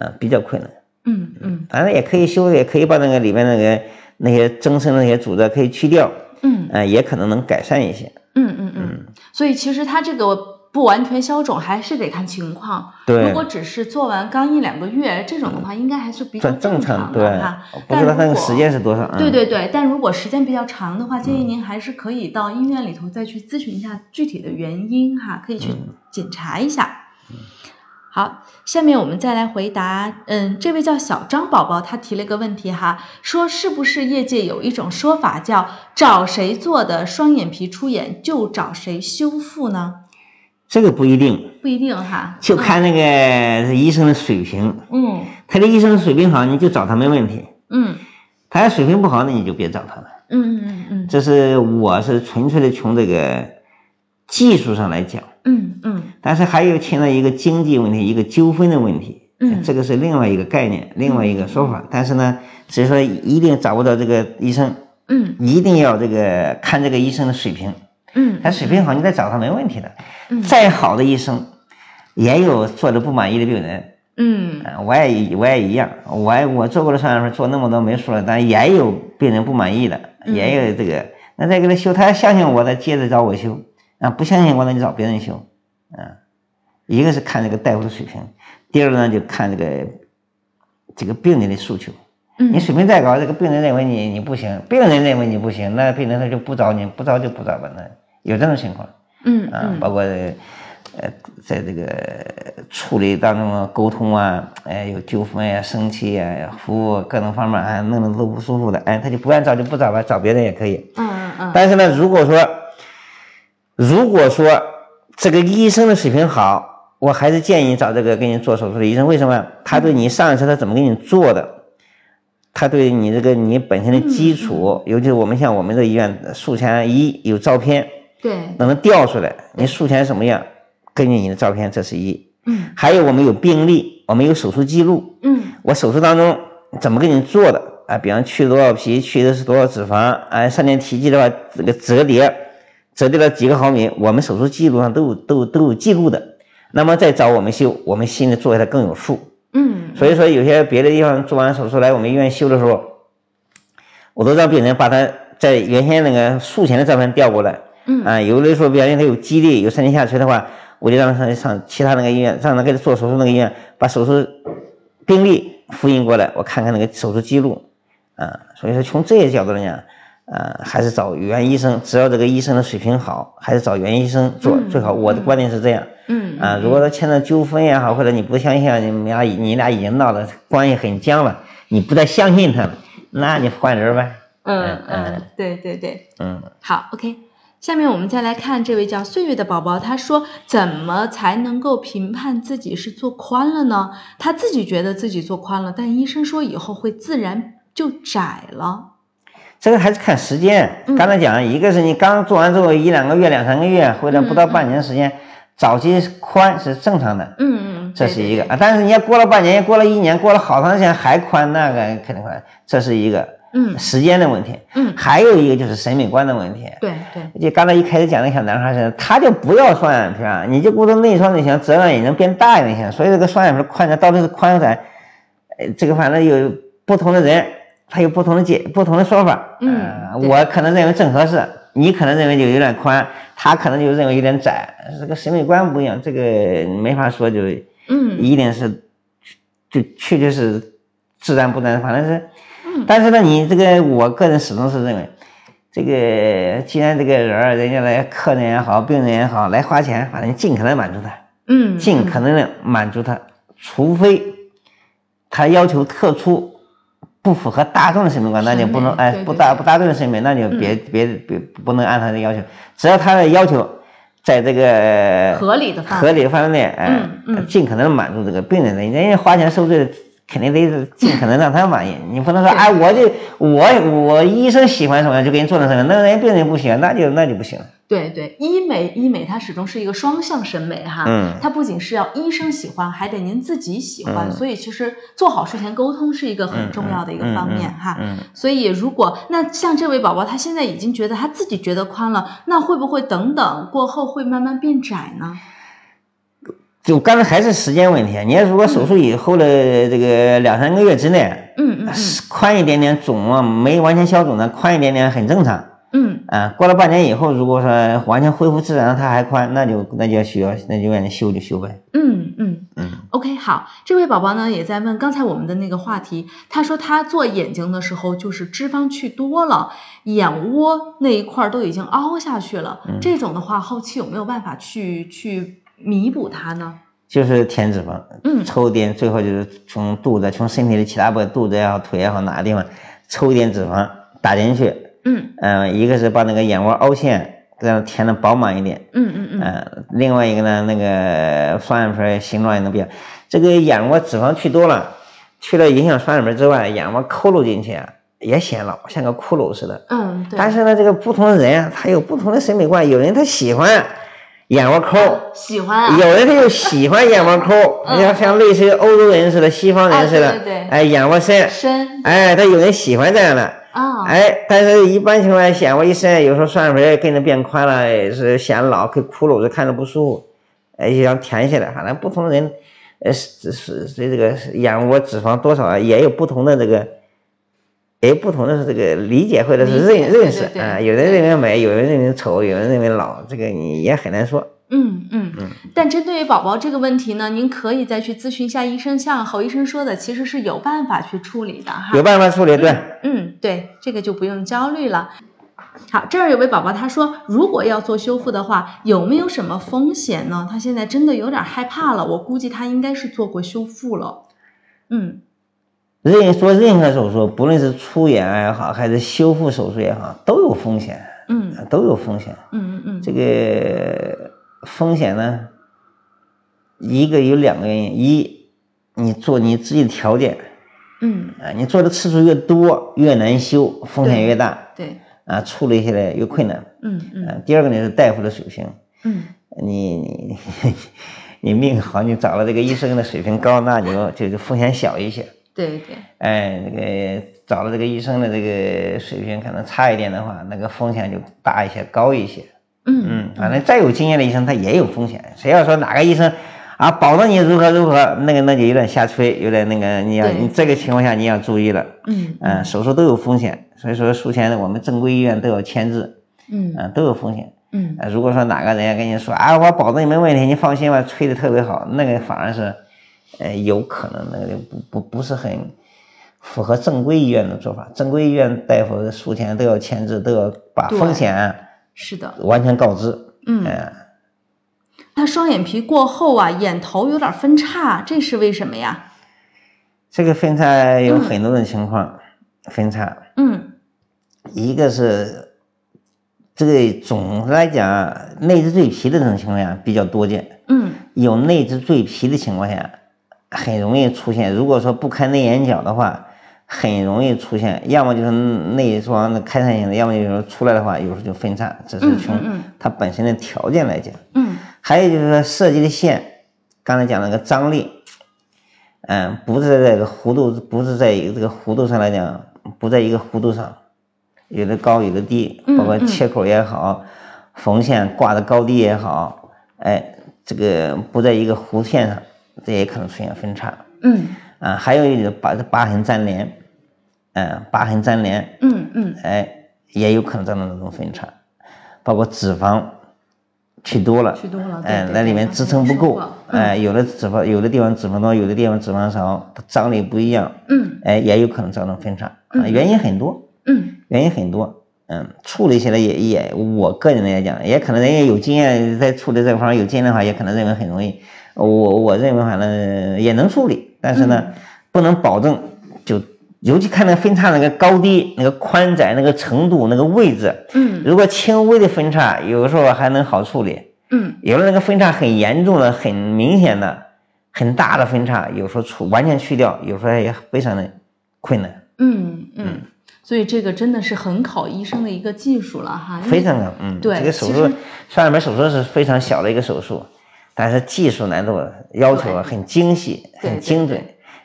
Speaker 3: 嗯、比较困难。
Speaker 2: 嗯嗯
Speaker 3: 反正也可以修，也可以把那个里面那个那些增生的那些组织可以去掉，
Speaker 2: 嗯
Speaker 3: 嗯、也可能能改善一些。
Speaker 2: 嗯嗯嗯，所以其实它这个。不完全消肿还是得看情况。
Speaker 3: 对嗯
Speaker 2: 如果只是做完刚一两个月这种的话，应该还是比较
Speaker 3: 算正常，对
Speaker 2: 的哈。，
Speaker 3: 不知道
Speaker 2: 但
Speaker 3: 那
Speaker 2: 如
Speaker 3: 个
Speaker 2: 果
Speaker 3: 时间是多少。嗯、嗯
Speaker 2: 对对对，但如果时间比较长的话，建议您还是可以到医院里头再去咨询一下具体的原因哈，可以去
Speaker 3: 嗯
Speaker 2: 检查一下。好，下面我们再来回答，嗯，这位叫小张宝宝，他提了一个问题哈，说是不是业界有一种说法叫找谁做的双眼皮出眼就找谁修复呢？
Speaker 3: 这个不一定，
Speaker 2: 不一定哈，
Speaker 3: 就看那个医生的水平。
Speaker 2: 嗯
Speaker 3: 他的医生水平好，你就找他没问题。
Speaker 2: 嗯
Speaker 3: 他要水平不好，那你就别找他了。
Speaker 2: 嗯嗯嗯
Speaker 3: 这是我是纯粹的从这个技术上来讲，
Speaker 2: 嗯嗯
Speaker 3: 但是还有牵扯一个经济问题，一个纠纷的问题。
Speaker 2: 嗯
Speaker 3: 这个是另外一个概念，另外一个说法。但是呢，只是说一定找不到这个医生，
Speaker 2: 嗯
Speaker 3: 一定要这个看这个医生的水平。
Speaker 2: 嗯
Speaker 3: 他水平好，你再找他没问题的。
Speaker 2: 嗯
Speaker 3: 再好的医生，也有做的不满意的病人。
Speaker 2: 嗯
Speaker 3: 呃我也一我也一样，我也我做过的双眼皮儿做那么多没数了，但也有病人不满意的，
Speaker 2: 嗯
Speaker 3: 也有这个，那再给他修，他相信我的，接着找我修，啊，不相信我那就找别人修，啊，一个是看这个大夫的水平，第二呢就看这个这个病人的诉求，你
Speaker 2: 嗯
Speaker 3: 水平再高，这个病人认为你你不行，病人认为你不行，那病人他就不找你，不找就不找吧，那有这种情况。
Speaker 2: 嗯
Speaker 3: 啊
Speaker 2: 嗯，，
Speaker 3: 包括呃，在这个处理当中的沟通啊，哎，有纠纷呀、生气呀、服务各种方面啊，弄得都不舒服的，哎，他就不愿找就不找吧，找别人也可以。
Speaker 2: 嗯嗯嗯
Speaker 3: 但是呢，如果说如果说这个医生的水平好，我还是建议你找这个给你做手术的医生，为什么？他对你上一次他怎么给你做的，他对你这个你本身的基础，尤其是我们像我们这个医院术前一有照片，
Speaker 2: 对，
Speaker 3: 能调出来你术前什么样，根据你的照片这是一，
Speaker 2: 嗯
Speaker 3: 还有我们有病历，我们有手术记录，
Speaker 2: 嗯
Speaker 3: 我手术当中怎么给你做的啊？比方去多少皮，去的是多少脂肪，啊，上电体积的话，这个折叠，折叠了几个毫米，我们手术记录上都有都有都有记录的。那么再找我们修，我们心里做下来更有数。
Speaker 2: 嗯，
Speaker 3: 所以说，有些别的地方做完手术来我们医院修的时候，我都让病人把他在原先那个术前的照片调过来，
Speaker 2: 嗯
Speaker 3: 啊，有的时候表现他有肌力、有三天下垂的话，我就让他上上其他那个医院，让他给他做手术那个医院把手术病历复印过来，我看看那个手术记录，啊，所以说从这些角度来讲，呃，还是找原医生，只要这个医生的水平好，还是找原医生做
Speaker 2: 嗯
Speaker 3: 最好。我的观点是这样。
Speaker 2: 嗯
Speaker 3: 啊，如果说牵扯纠纷也好，或者你不相信啊，你们俩已你俩已经闹得关系很僵了，你不再相信他了，那你换人呗。
Speaker 2: 嗯
Speaker 3: 嗯
Speaker 2: 嗯，对对对，
Speaker 3: 嗯，
Speaker 2: 好，OK。下面我们再来看这位叫岁月的宝宝，他说怎么才能够评判自己是做宽了呢？他自己觉得自己做宽了，但医生说以后会自然就窄了。
Speaker 3: 这个还是看时间
Speaker 2: 嗯。
Speaker 3: 刚才讲，一个是你刚做完之后一两个月、两三个月，或者不到
Speaker 2: 嗯嗯
Speaker 3: 半年时间，早期宽是正常的，
Speaker 2: 嗯嗯，
Speaker 3: 这
Speaker 2: 对
Speaker 3: 是一个。。
Speaker 2: 对对
Speaker 3: 啊但是你要过了半年，过了一年，过了好长时间还宽，那个肯定宽，这是一个
Speaker 2: 嗯
Speaker 3: 时间的问题。
Speaker 2: 嗯，
Speaker 3: 还有一个就是审美观的问题。
Speaker 2: 对对，
Speaker 3: 就刚才一开始讲那小男孩是，他就不要双眼皮儿，你就顾着内双就行，折让眼睛变大就行。所以这个双眼皮儿宽窄到底是宽窄，呃，这个反正有不同的人，他有不同的解不同的说法。
Speaker 2: 嗯
Speaker 3: 呃
Speaker 2: 对
Speaker 3: 我可能认为正合适，你可能认为就有点宽，他可能就认为有点窄，这个审美观不一样，这个没法说就
Speaker 2: 嗯
Speaker 3: 一定是，就确确是自然不然，反正是。
Speaker 2: 嗯
Speaker 3: 但是呢，你这个，我个人始终是认为，这个既然这个人儿人家来客人也好，病人也好，来花钱，反正尽可能满足他，
Speaker 2: 嗯，
Speaker 3: 尽可能的满足他，除非他要求特殊，不符合大众的审美观，那就不能
Speaker 2: 审美
Speaker 3: 哎
Speaker 2: 对对
Speaker 3: 不大
Speaker 2: 对嗯
Speaker 3: 不大众的审美，那就别别别不能按他的要求，只要他的要求在这个
Speaker 2: 嗯合理的范围。
Speaker 3: 合理范围内，哎、
Speaker 2: 啊嗯嗯
Speaker 3: 尽可能满足这个病人的，人家花钱受罪，肯定得是尽可能让他满意。你不能说，
Speaker 2: 对
Speaker 3: 哎，我就我我医生喜欢什么就给你做成什么，那人家病人不喜欢，那就那就不行了。
Speaker 2: 对对，医美医美它始终是一个双向审美哈，
Speaker 3: 嗯
Speaker 2: 它不仅是要医生喜欢，还得您自己喜欢，
Speaker 3: 嗯
Speaker 2: 所以其实做好术前沟通是一个很
Speaker 3: 嗯
Speaker 2: 重要的一个
Speaker 3: 嗯
Speaker 2: 方
Speaker 3: 嗯
Speaker 2: 面哈。
Speaker 3: 嗯，
Speaker 2: 所以，如果那像这位宝宝，他现在已经觉得他自己觉得宽了，那会不会等等过后会慢慢变窄呢？
Speaker 3: 就刚才还是时间问题，啊你要如果手术以后的这个两三个月之内，
Speaker 2: 嗯嗯
Speaker 3: 宽一点点肿啊，没完全消肿的，宽一点点很正常。
Speaker 2: 嗯
Speaker 3: 啊，过了半年以后，如果说完全恢复自然，它还宽，那就那就需要那就让你修就修呗。
Speaker 2: 嗯嗯嗯。
Speaker 3: 嗯
Speaker 2: OK，好，这位宝宝呢也在问刚才我们的那个话题，他说他做眼睛的时候就是脂肪去多了，眼窝那一块儿都已经凹下去了，
Speaker 3: 嗯
Speaker 2: 这种的话后期有没有办法去去弥补它呢？
Speaker 3: 就是填脂肪，
Speaker 2: 嗯
Speaker 3: 抽一点，最后就是从肚子，从身体的其他部位，肚子也好，腿也好，哪个地方抽一点脂肪打进去，
Speaker 2: 嗯
Speaker 3: 嗯、一个是把那个眼窝凹陷这样填的饱满一点，
Speaker 2: 嗯嗯
Speaker 3: 嗯、
Speaker 2: 嗯
Speaker 3: 另外一个呢，那个双眼皮儿形状也能变，这个眼窝脂肪去多了，去了影响双眼皮儿之外，眼窝抠漏进去啊，也显老，像个骷髅似的，
Speaker 2: 嗯，对。
Speaker 3: 但是呢，这个不同的人啊他有不同的审美观，有人他喜欢眼窝抠，
Speaker 2: 喜欢啊，
Speaker 3: 有人他就喜欢眼窝抠，
Speaker 2: 嗯
Speaker 3: 像像类似于欧洲人似的、西方
Speaker 2: 啊
Speaker 3: 人似的
Speaker 2: 对对对，
Speaker 3: 哎，眼窝深，
Speaker 2: 深
Speaker 3: 哎，他有人喜欢这样的，
Speaker 2: 啊，
Speaker 3: 哎，但是一般情况下眼窝一深，有时候双眼皮儿跟着变宽了，也是显老，跟骷髅似的，看着不舒服，哎，就想填起来。反正不同人，呃，是是是这个眼窝脂肪多少啊，也有不同的这个。也有不同的这个理解或者是
Speaker 2: 理解
Speaker 3: 认
Speaker 2: 对
Speaker 3: 认识
Speaker 2: 对对
Speaker 3: 啊，有人认为美，有人认为丑，有人认为老，这个你也很难说。
Speaker 2: 嗯嗯
Speaker 3: 嗯，
Speaker 2: 但针对于宝宝这个问题呢，您可以再去咨询一下医生，像侯医生说的，其实是有办法去处理的哈
Speaker 3: 有。办法处理，对，
Speaker 2: 嗯，对，这个就不用焦虑了。好，这儿有位宝宝他说，如果要做修复的话，有没有什么风险呢？他现在真的有点害怕了，我估计他应该是做过修复了。嗯
Speaker 3: 任做任何手术，不论是出眼也好，还是修复手术也好，都有风险，
Speaker 2: 嗯
Speaker 3: 都有风险。
Speaker 2: 嗯嗯
Speaker 3: 这
Speaker 2: 嗯
Speaker 3: 个风险呢，一个有两个原因：一，你做你自己的条件
Speaker 2: 嗯，
Speaker 3: 啊，你做的次数越多越难修，风险越大
Speaker 2: 对，
Speaker 3: 啊，处理起来越困难。
Speaker 2: 嗯嗯
Speaker 3: 啊，第二个呢是大夫的水平，
Speaker 2: 嗯，
Speaker 3: 你你 你命好，你找了这个医生的水平高，那你就就是风险小一些。
Speaker 2: 对对，
Speaker 3: 哎，那个找了这个医生的这个水平可能差一点的话，那个风险就大一些、高一些。
Speaker 2: 嗯
Speaker 3: 嗯，反正再有经验的医生，他也有风险。谁要说哪个医生啊，保证你如何如何，那个那就有点瞎吹，有点那个你要
Speaker 2: 对
Speaker 3: 你这个情况下你要注意了。
Speaker 2: 嗯
Speaker 3: 嗯、手术都有风险，所以说术前我们正规医院都要签字，
Speaker 2: 嗯
Speaker 3: 嗯、都有风险。
Speaker 2: 嗯
Speaker 3: 呃，如果说哪个人家跟你说啊，我保证你没问题，你放心吧，吹的特别好，那个反而是，呃，有可能那个就不不不是很符合正规医院的做法。正规医院大夫术前都要签字，都要把
Speaker 2: 对
Speaker 3: 风险
Speaker 2: 是的，
Speaker 3: 完全告知。
Speaker 2: 嗯，
Speaker 3: 呃
Speaker 2: 他双眼皮过后啊，眼头有点分叉，这是为什么呀？
Speaker 3: 这个分叉有
Speaker 2: 嗯
Speaker 3: 很多种情况，分叉
Speaker 2: 嗯
Speaker 3: 一个是这个总的来讲啊，内眦赘皮的这种情况下比较多见。
Speaker 2: 嗯
Speaker 3: 有内眦赘皮的情况下，很容易出现。如果说不开内眼角的话，很容易出现，要么就是内双的开散型的，要么就是出来的话，有时候就分叉，只是
Speaker 2: 嗯
Speaker 3: 从
Speaker 2: 嗯
Speaker 3: 它本身的条件来讲。
Speaker 2: 嗯
Speaker 3: 还有就是说设计的线，刚才讲那个张力，嗯，不是在这个弧度，不是在一个这个弧度上来讲，不在一个弧度上，有的高有的低
Speaker 2: 嗯，
Speaker 3: 包括
Speaker 2: 嗯
Speaker 3: 切口也好，缝线挂的高低也好，哎，这个不在一个弧线上，这也可能出现分叉
Speaker 2: 嗯
Speaker 3: 啊。还有一种把疤痕粘连，嗯，疤痕粘连，
Speaker 2: 嗯嗯
Speaker 3: 哎，也有可能造成这种分叉，包括脂肪去多了，
Speaker 2: 去多了对
Speaker 3: 哎，
Speaker 2: 对
Speaker 3: 那
Speaker 2: 对
Speaker 3: 里面
Speaker 2: 刚
Speaker 3: 支
Speaker 2: 才
Speaker 3: 撑
Speaker 2: 也
Speaker 3: 不
Speaker 2: 说
Speaker 3: 够
Speaker 2: 过，嗯
Speaker 3: 哎，有的脂肪，有的地方脂肪多，有的地方脂肪少，它张力不一样，
Speaker 2: 嗯
Speaker 3: 哎，也有可能造成分叉，啊，
Speaker 2: 嗯
Speaker 3: 原因很多，
Speaker 2: 嗯
Speaker 3: 原因很多。嗯，处理起来也也，我个人来讲，也可能人家有经验，在处理这个方面有经验的话，也可能认为很容易。我我认为反正也能处理，但是呢，不能保证就，尤其看那个分叉那个高低、那个宽窄、那个程度、那个位置。
Speaker 2: 嗯
Speaker 3: 如果轻微的分叉，有的时候还能好处理；
Speaker 2: 嗯
Speaker 3: 有的那个分叉很严重的、很明显的、很大的分叉，有时候除完全去掉，有时候也非常的困难，
Speaker 2: 嗯嗯，所以这个真的是很考医生的一个技术了哈，因为
Speaker 3: 非常的嗯，
Speaker 2: 对
Speaker 3: 这个手
Speaker 2: 其
Speaker 3: 术
Speaker 2: 实
Speaker 3: 双眼皮手术是非常小的一个手术，但是技术难度要求很精细、
Speaker 2: 对
Speaker 3: 很
Speaker 2: 对
Speaker 3: 精准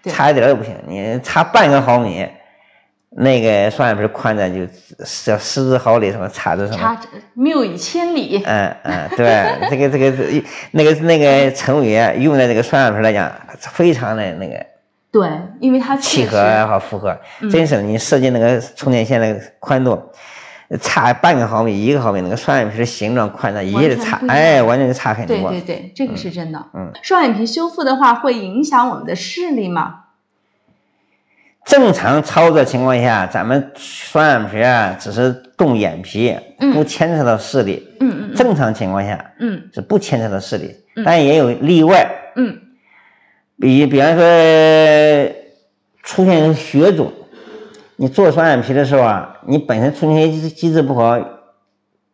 Speaker 2: 对，对
Speaker 3: 差一点儿都不行，你差半个毫米。那个双眼皮宽窄就叫失之毫厘，什么差之什么，
Speaker 2: 差谬以千里，
Speaker 3: 嗯嗯，对，这个这个这那个那个成语啊用在这个双眼皮来讲，非常的那个
Speaker 2: 对，因为它
Speaker 3: 契
Speaker 2: 确
Speaker 3: 合
Speaker 2: 实嗯
Speaker 3: 啊和符合。真是你设计那个充电线那个宽度，差半个毫米、一个毫米，那个双眼皮的形状宽窄一下就差
Speaker 2: 完全不一，样
Speaker 3: 哎，完全就差很
Speaker 2: 对
Speaker 3: 多
Speaker 2: 对。对，这个是真的。
Speaker 3: 嗯，
Speaker 2: 双眼皮修复的话，会影响我们的视力吗？
Speaker 3: 正常操作情况下，咱们双眼皮啊只是动眼皮，
Speaker 2: 嗯
Speaker 3: 不牵扯到视力。
Speaker 2: 嗯嗯
Speaker 3: 正常情况下
Speaker 2: 嗯
Speaker 3: 是不牵扯到视力
Speaker 2: 嗯，
Speaker 3: 但也有例外。
Speaker 2: 嗯
Speaker 3: 比比方说出现血肿，你做双眼皮的时候啊，你本身出血机机制不好，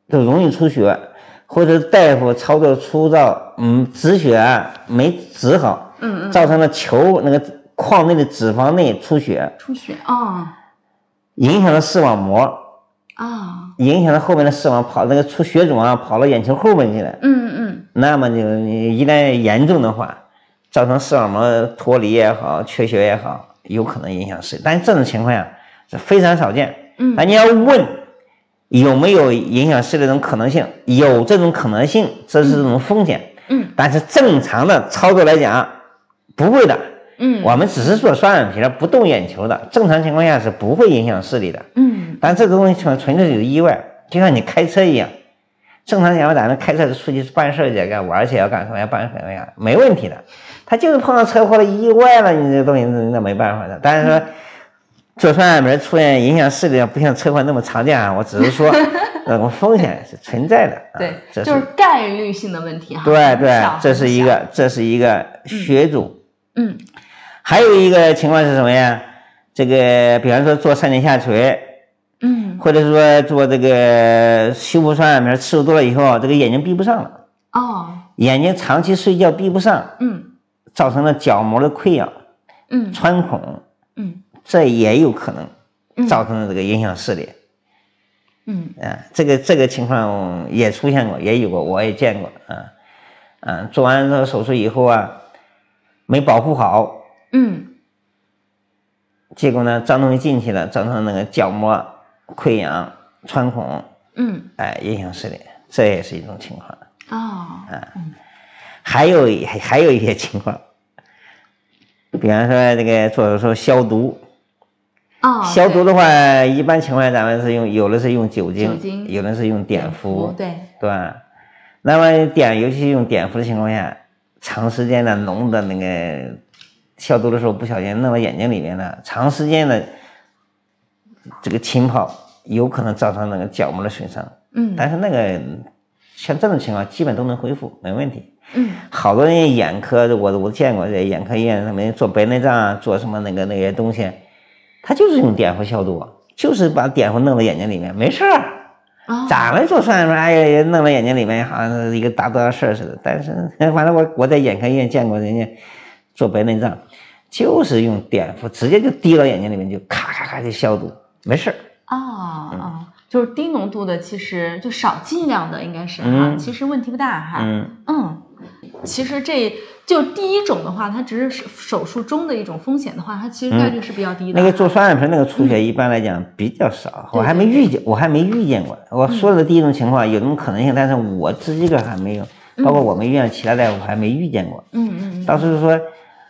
Speaker 3: 就容易出血，或者大夫操作粗糙，嗯，止血啊没止好，
Speaker 2: 嗯嗯，
Speaker 3: 造成了球那个眶内的脂肪内出血，
Speaker 2: 出血啊
Speaker 3: 影响了视网膜，
Speaker 2: 啊，
Speaker 3: 影响了后面的视网跑那个出血肿啊，跑到眼球后面去了。
Speaker 2: 嗯嗯
Speaker 3: 那么就你一旦严重的话，造成视网膜脱离也好，缺血也好，有可能影响视力。但是这种情况呀是非常少见。
Speaker 2: 嗯
Speaker 3: 但你要问有没有影响视力这种可能性，有这种可能性，这是这种风险。
Speaker 2: 嗯
Speaker 3: 但是正常的操作来讲，不会的。
Speaker 2: 嗯，
Speaker 3: 我们只是做双眼皮的，不动眼球的，正常情况下是不会影响视力的。
Speaker 2: 嗯
Speaker 3: 但这个东西纯纯粹是有意外，就像你开车一样，正常情况下咱们开车出去办事儿去干玩儿去，要干什么要办什么呀，没问题的。他就是碰到车祸了、意外了，你这东西那那没办法的。但是说做双眼皮出现影响视力，不像车祸那么常见啊。我只 是说那种风险是存在的。啊、
Speaker 2: 对，
Speaker 3: 这
Speaker 2: 就是概率性的问题哈。
Speaker 3: 对
Speaker 2: 很
Speaker 3: 对
Speaker 2: 小，
Speaker 3: 这是一。
Speaker 2: 很小
Speaker 3: 个这是一个血肿。
Speaker 2: 嗯
Speaker 3: 还有一个情况是什么呀？这个比方说做三点下垂，
Speaker 2: 嗯
Speaker 3: 或者说做这个修复双眼皮儿次数多了以后，这个眼睛闭不上了，
Speaker 2: 哦，
Speaker 3: 眼睛长期睡觉闭不上，
Speaker 2: 嗯
Speaker 3: 造成了角膜的溃疡、
Speaker 2: 嗯
Speaker 3: 穿孔，
Speaker 2: 嗯
Speaker 3: 这也有可能
Speaker 2: 嗯
Speaker 3: 造成了这个影响视力。
Speaker 2: 嗯
Speaker 3: 啊，这个这个情况也出现过，也有过，我也见过啊。啊，做完这个手术以后啊，没保护好，
Speaker 2: 嗯
Speaker 3: 结果呢，脏东西进去了，造成那个角膜溃疡、穿孔，
Speaker 2: 嗯
Speaker 3: 哎，影响视力，这也是一种情况。
Speaker 2: 哦
Speaker 3: 哎还有一还还有一些情况，比方说这个做手术消毒，
Speaker 2: 哦，
Speaker 3: 消毒
Speaker 2: 对
Speaker 3: 的话，一般情况下咱们是用有的是用酒精，
Speaker 2: 酒精
Speaker 3: 有的是用碘伏，
Speaker 2: 对，
Speaker 3: 对吧？那么碘，尤其是用碘伏的情况下，长时间的浓的那个消毒的时候不小心弄到眼睛里面了，长时间的这个浸泡有可能造成那个角膜的损伤，
Speaker 2: 嗯
Speaker 3: 但是那个像这种情况基本都能恢复，没问题。
Speaker 2: 嗯
Speaker 3: 好多人眼科，我我见过在眼科医院他们做白内障啊，做什么那个那些东西，他就是用碘伏消毒，就是把碘伏弄到眼睛里面，没事儿。
Speaker 2: 哦
Speaker 3: 咱们就算说，哎呀，弄到眼睛里面好像是一个大多大事儿似的。但是，嗯反正我我在眼科医院见过人家做白内障，就是用碘伏直接就滴到眼睛里面，就咔咔咔就消毒，没事儿。
Speaker 2: 哦
Speaker 3: 嗯
Speaker 2: 哦，就是低浓度的，其实就少剂量的，应该是哈，
Speaker 3: 嗯
Speaker 2: 其实问题不大哈。
Speaker 3: 嗯，
Speaker 2: 嗯，其实这就第一种的话，它只是手手术中的一种风险的话，它其实概率是比较低的。
Speaker 3: 嗯那个做双眼皮那个出血一般来讲比较少，
Speaker 2: 嗯
Speaker 3: 我还没遇见，我还没遇见过。我说的第一种情况有那种可能性，但是我自己个还没有，包括我们医院其他大夫还没遇见过。
Speaker 2: 嗯嗯嗯，
Speaker 3: 当时说，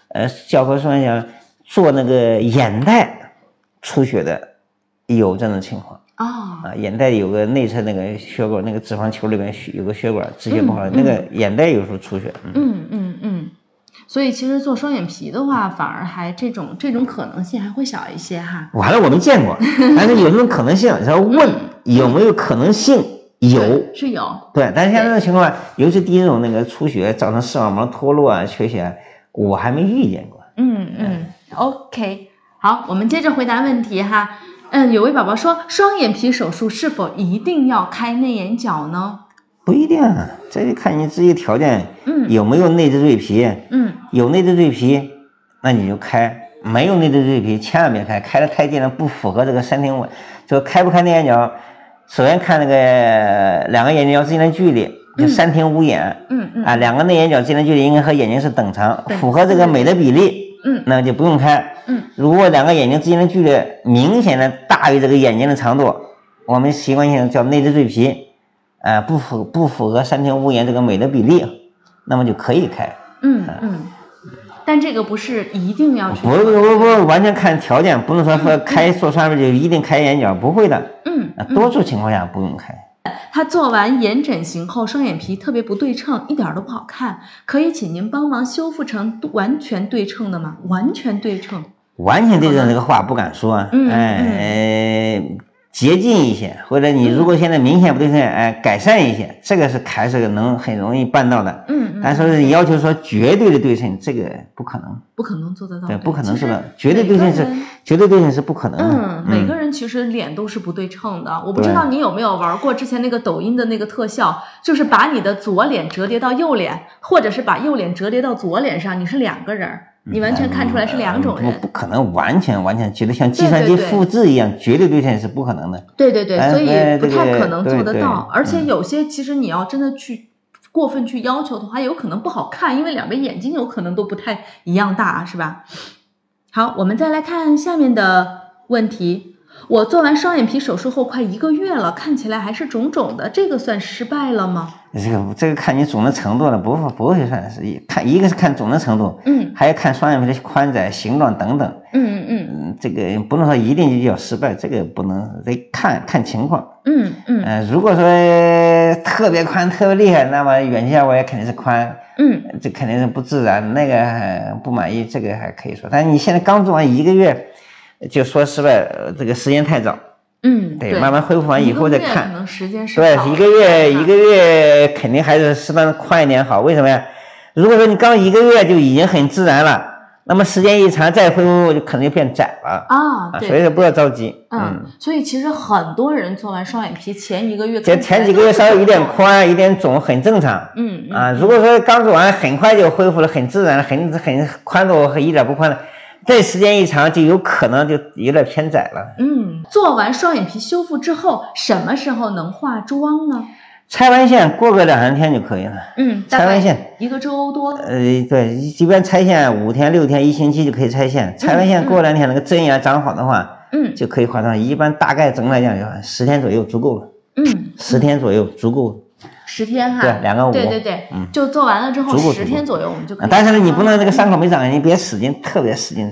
Speaker 3: 呃，教科书上讲做那个眼袋出血的有这种情况
Speaker 2: 哦，
Speaker 3: 啊，眼袋有个内侧那个血管，那个脂肪球里面血有个血管止血不好，
Speaker 2: 嗯
Speaker 3: 那个眼袋有时候出血，嗯，
Speaker 2: 嗯嗯嗯，所以其实做双眼皮的话，反而还这种这种可能性还会小一些哈。
Speaker 3: 完了我没见过，但是有这种可能性，然后问有没有可能性，有。
Speaker 2: 嗯对是有，
Speaker 3: 对，但是像这种情况，尤其第一种那个出血造成视网膜脱落啊、缺血啊，我还没遇见过。
Speaker 2: 嗯嗯，OK，好，我们接着回答问题哈。嗯，有位宝宝说，双眼皮手术是否一定要开内眼角呢？
Speaker 3: 不一定啊，这就看你自己条件
Speaker 2: 嗯
Speaker 3: 有没有内眦赘皮。
Speaker 2: 嗯
Speaker 3: 有内眦赘皮，那你就开；没有内眦赘皮，千万别开，开的太近了不符合这个三庭五，就开不开内眼角，首先看那个两个眼角之间的距离，就三庭五眼、
Speaker 2: 嗯嗯
Speaker 3: 啊，两个内眼角之间的距离应该和眼睛是等长
Speaker 2: 对，
Speaker 3: 符合这个美的比例，
Speaker 2: 嗯
Speaker 3: 那就不用开。
Speaker 2: 嗯
Speaker 3: 如果两个眼睛之间的距离明显的大于这个眼睛的长度，我们习惯性叫内眦赘皮，啊、不符不符合三庭五眼这个美的比例，那么就可以开。
Speaker 2: 嗯嗯，但这个不是一定要去
Speaker 3: 不不不不，完全看条件，不能说说开做双面就一定开眼角，不会的。
Speaker 2: 嗯
Speaker 3: 啊，多数情况下不用开。
Speaker 2: 他做完眼整形后，双眼皮特别不对称，一点儿都不好看。可以请您帮忙修复成完全对称的吗？完全对称。
Speaker 3: 完全对着这个话不敢说，
Speaker 2: 嗯
Speaker 3: 哎，呃接近一些，或者你如果现在明显不对称，哎，改善一些，这个是还是能很容易办到的。
Speaker 2: 嗯
Speaker 3: 但说是要求说绝对的对称，这个不可能，
Speaker 2: 不可能做得到，
Speaker 3: 对，不可能
Speaker 2: 哦其实
Speaker 3: 做到，绝对对称
Speaker 2: 每个
Speaker 3: 是
Speaker 2: 人
Speaker 3: 绝对对称是不可能的
Speaker 2: 嗯，。每个人其实脸都是不对称的。我不知
Speaker 3: 对
Speaker 2: 道你有没有玩过之前那个抖音的那个特效，就是把你的左脸折叠到右脸，或者是把右脸折叠到左脸上，你是两个人儿，你完全看出来是两种人
Speaker 3: 嗯不。不可能完全完全觉得像计
Speaker 2: 对
Speaker 3: 算
Speaker 2: 对
Speaker 3: 机
Speaker 2: 对
Speaker 3: 复制一样，绝对对称是不可能的。
Speaker 2: 对对对，
Speaker 3: 哎
Speaker 2: 所以
Speaker 3: 哎
Speaker 2: 不
Speaker 3: 这
Speaker 2: 太
Speaker 3: 个
Speaker 2: 可能
Speaker 3: 对
Speaker 2: 做得
Speaker 3: 对
Speaker 2: 到，而且
Speaker 3: 嗯
Speaker 2: 有些其实你要真的去过分去要求的话，有可能不好看，因为两边眼睛有可能都不太一样大，是吧？好，我们再来看下面的问题。我做完双眼皮手术后快一个月了，看起来还是肿肿的，这个算失败了吗？
Speaker 3: 这个这个看你肿的程度了，不会不会算是一看一个是看肿的程度，
Speaker 2: 嗯
Speaker 3: 还要看双眼皮的宽窄、形状等等。
Speaker 2: 嗯嗯
Speaker 3: 嗯，这个不能说一定就叫失败，这个不能得看看情况。
Speaker 2: 嗯嗯
Speaker 3: 嗯、如果说特别宽、特别厉害，那么远效我也肯定是宽，
Speaker 2: 嗯
Speaker 3: 这肯定是不自然，那个还不满意，这个还可以说。但是你现在刚做完一个月就说失败，呃这个时间太早，
Speaker 2: 嗯，
Speaker 3: 得慢慢恢复完以后再
Speaker 2: 一个月可
Speaker 3: 看。
Speaker 2: 能时间是
Speaker 3: 对
Speaker 2: 少，
Speaker 3: 一个月
Speaker 2: 的
Speaker 3: 一个月肯定还是适当宽一点好。为什么呀？如果说你刚一个月就已经很自然了，那么时间一长再恢复就可能就变窄了
Speaker 2: 啊，
Speaker 3: 啊，
Speaker 2: 对，
Speaker 3: 所以说不要着急，
Speaker 2: 嗯，所以其实很多人做完双眼皮前一个月，
Speaker 3: 前前几个月稍微有点
Speaker 2: 宽，
Speaker 3: 宽有点肿很正常。
Speaker 2: 嗯嗯
Speaker 3: 啊，如果说刚做完很快就恢复了，很自然，很很宽度和一点不宽的，这时间一长就有可能就有点偏窄了。
Speaker 2: 嗯，做完双眼皮修复之后，什么时候能化妆呢？
Speaker 3: 拆完线过个两三天就可以了。
Speaker 2: 嗯，
Speaker 3: 拆
Speaker 2: 大概
Speaker 3: 完线
Speaker 2: 一个周多，
Speaker 3: 呃，对，即便拆线五天、六天、一星期就可以拆线，拆完线过两天那个针眼长好的话，
Speaker 2: 嗯
Speaker 3: 就可以化妆。一般大概总来讲就十天左右足够了，
Speaker 2: 嗯，
Speaker 3: 十天左右足够了。
Speaker 2: 十天哈，
Speaker 3: 对两个五
Speaker 2: 对对对，
Speaker 3: 嗯
Speaker 2: 就做完了之后
Speaker 3: 足够
Speaker 2: 十天左右我们就可以
Speaker 3: 啊
Speaker 2: 化妆
Speaker 3: 但
Speaker 2: 了。
Speaker 3: 是呢，你不能这个伤口没长，你别使劲，特别使劲，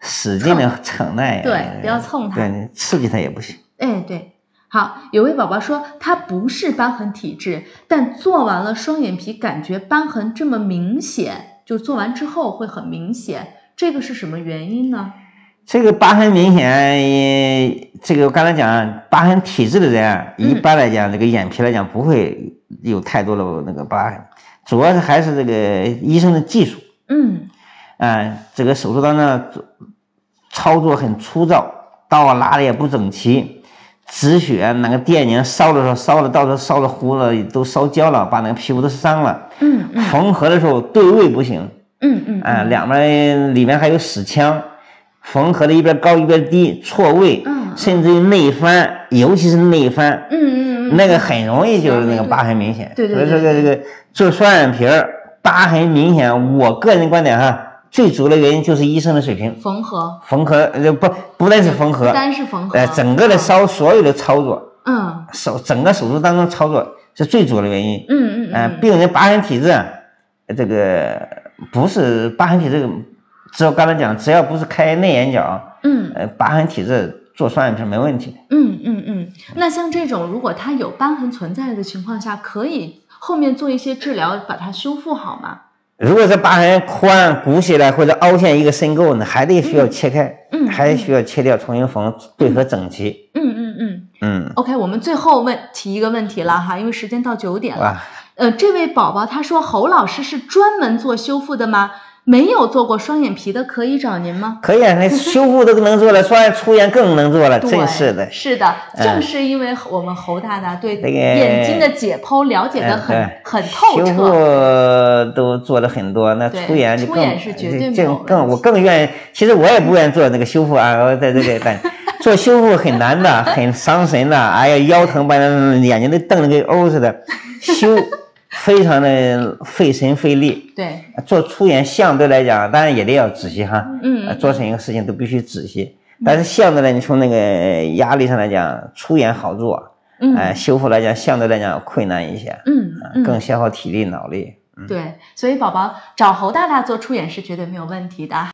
Speaker 3: 使劲的蹭那也，
Speaker 2: 对不要蹭它
Speaker 3: 对，你刺激它也不行。
Speaker 2: 哎，对，好，有位宝宝说他不是瘢痕体质，但做完了双眼皮，感觉瘢痕这么明显，就做完之后会很明显，这个是什么原因呢？
Speaker 3: 这个疤痕明显，呃这个我刚才讲，疤痕体质的人啊，
Speaker 2: 嗯
Speaker 3: 一般来讲，这个眼皮来讲不会有太多的那个疤痕，主要是还是这个医生的技术
Speaker 2: 嗯
Speaker 3: 啊、这个手术刀呢操作很粗糙，刀啊拉的也不整齐，止血那个电凝烧的时候烧的，到时候烧的糊了都烧焦了，把那个皮肤都伤了。
Speaker 2: 嗯嗯
Speaker 3: 缝合的时候对位不行，
Speaker 2: 嗯嗯
Speaker 3: 啊，
Speaker 2: 嗯
Speaker 3: 两边里面还有屎腔，缝合的一边高一边低，错位，
Speaker 2: 嗯
Speaker 3: 甚至于内翻，尤其是内翻，
Speaker 2: 嗯嗯嗯，
Speaker 3: 那个很容易就是那
Speaker 2: 对
Speaker 3: 个
Speaker 2: 对
Speaker 3: 疤痕明显。
Speaker 2: 对对
Speaker 3: 所以
Speaker 2: 对
Speaker 3: 说这个这个做双眼皮儿疤痕明显，我个人观点哈，最主要的原因就是医生的水平，
Speaker 2: 缝合，
Speaker 3: 缝合呃不不单是缝合
Speaker 2: 不，单是缝合，
Speaker 3: 呃整个的
Speaker 2: 啊，
Speaker 3: 稍所有的操作，
Speaker 2: 嗯
Speaker 3: 手整个手术当中操作是最主要的原因。
Speaker 2: 嗯嗯
Speaker 3: 呃，
Speaker 2: 嗯，
Speaker 3: 病人疤痕体质啊，呃这个不是疤痕体质，只要刚才讲，只要不是开内眼角，
Speaker 2: 嗯
Speaker 3: 呃，疤痕体质做双眼皮没问题。
Speaker 2: 嗯嗯嗯，那像这种如果它有瘢痕存在的情况下，可以后面做一些治疗把它修复好吗？
Speaker 3: 如果是疤痕宽、鼓起来或者凹陷一个深沟呢，还得需要切开，
Speaker 2: 嗯嗯
Speaker 3: 还需要切掉重新缝，对合整齐。
Speaker 2: 嗯嗯嗯。
Speaker 3: 嗯，
Speaker 2: OK，我们最后问提一个问题了哈，因为时间到九点了。
Speaker 3: 哇，
Speaker 2: 呃，这位宝宝他说侯老师是专门做修复的吗？没有做过双眼皮的可以找您吗？
Speaker 3: 可以啊，那修复都能做了，双眼出眼更能做了，
Speaker 2: 对
Speaker 3: 真是的。
Speaker 2: 是的，
Speaker 3: 嗯
Speaker 2: 正是因为我们侯大大对
Speaker 3: 那个
Speaker 2: 眼睛的解剖了解的很、
Speaker 3: 嗯
Speaker 2: 很透
Speaker 3: 修
Speaker 2: 彻，
Speaker 3: 复都做了很多，那
Speaker 2: 对
Speaker 3: 出眼就
Speaker 2: 出
Speaker 3: 更
Speaker 2: 眼是绝对没
Speaker 3: 这
Speaker 2: 有
Speaker 3: 更更
Speaker 2: 问题
Speaker 3: 我更愿意，其实我也不愿意做那个修复啊，我在这 个但做修复很难的，很伤神的，哎呀腰疼把那眼睛都瞪得跟欧似的， 修非常的费神费力。
Speaker 2: 对，
Speaker 3: 做出眼相对来讲，当然也得要仔细哈，呃
Speaker 2: 嗯，
Speaker 3: 做成一个事情都必须仔细。但是相对来，你从那个压力上来讲，出眼好做，
Speaker 2: 嗯
Speaker 3: 哎、修复来讲相对来讲困难一些。
Speaker 2: 嗯嗯，
Speaker 3: 更消耗体力脑力。
Speaker 2: 对，所以宝宝找侯大大做出眼是绝对没有问题的。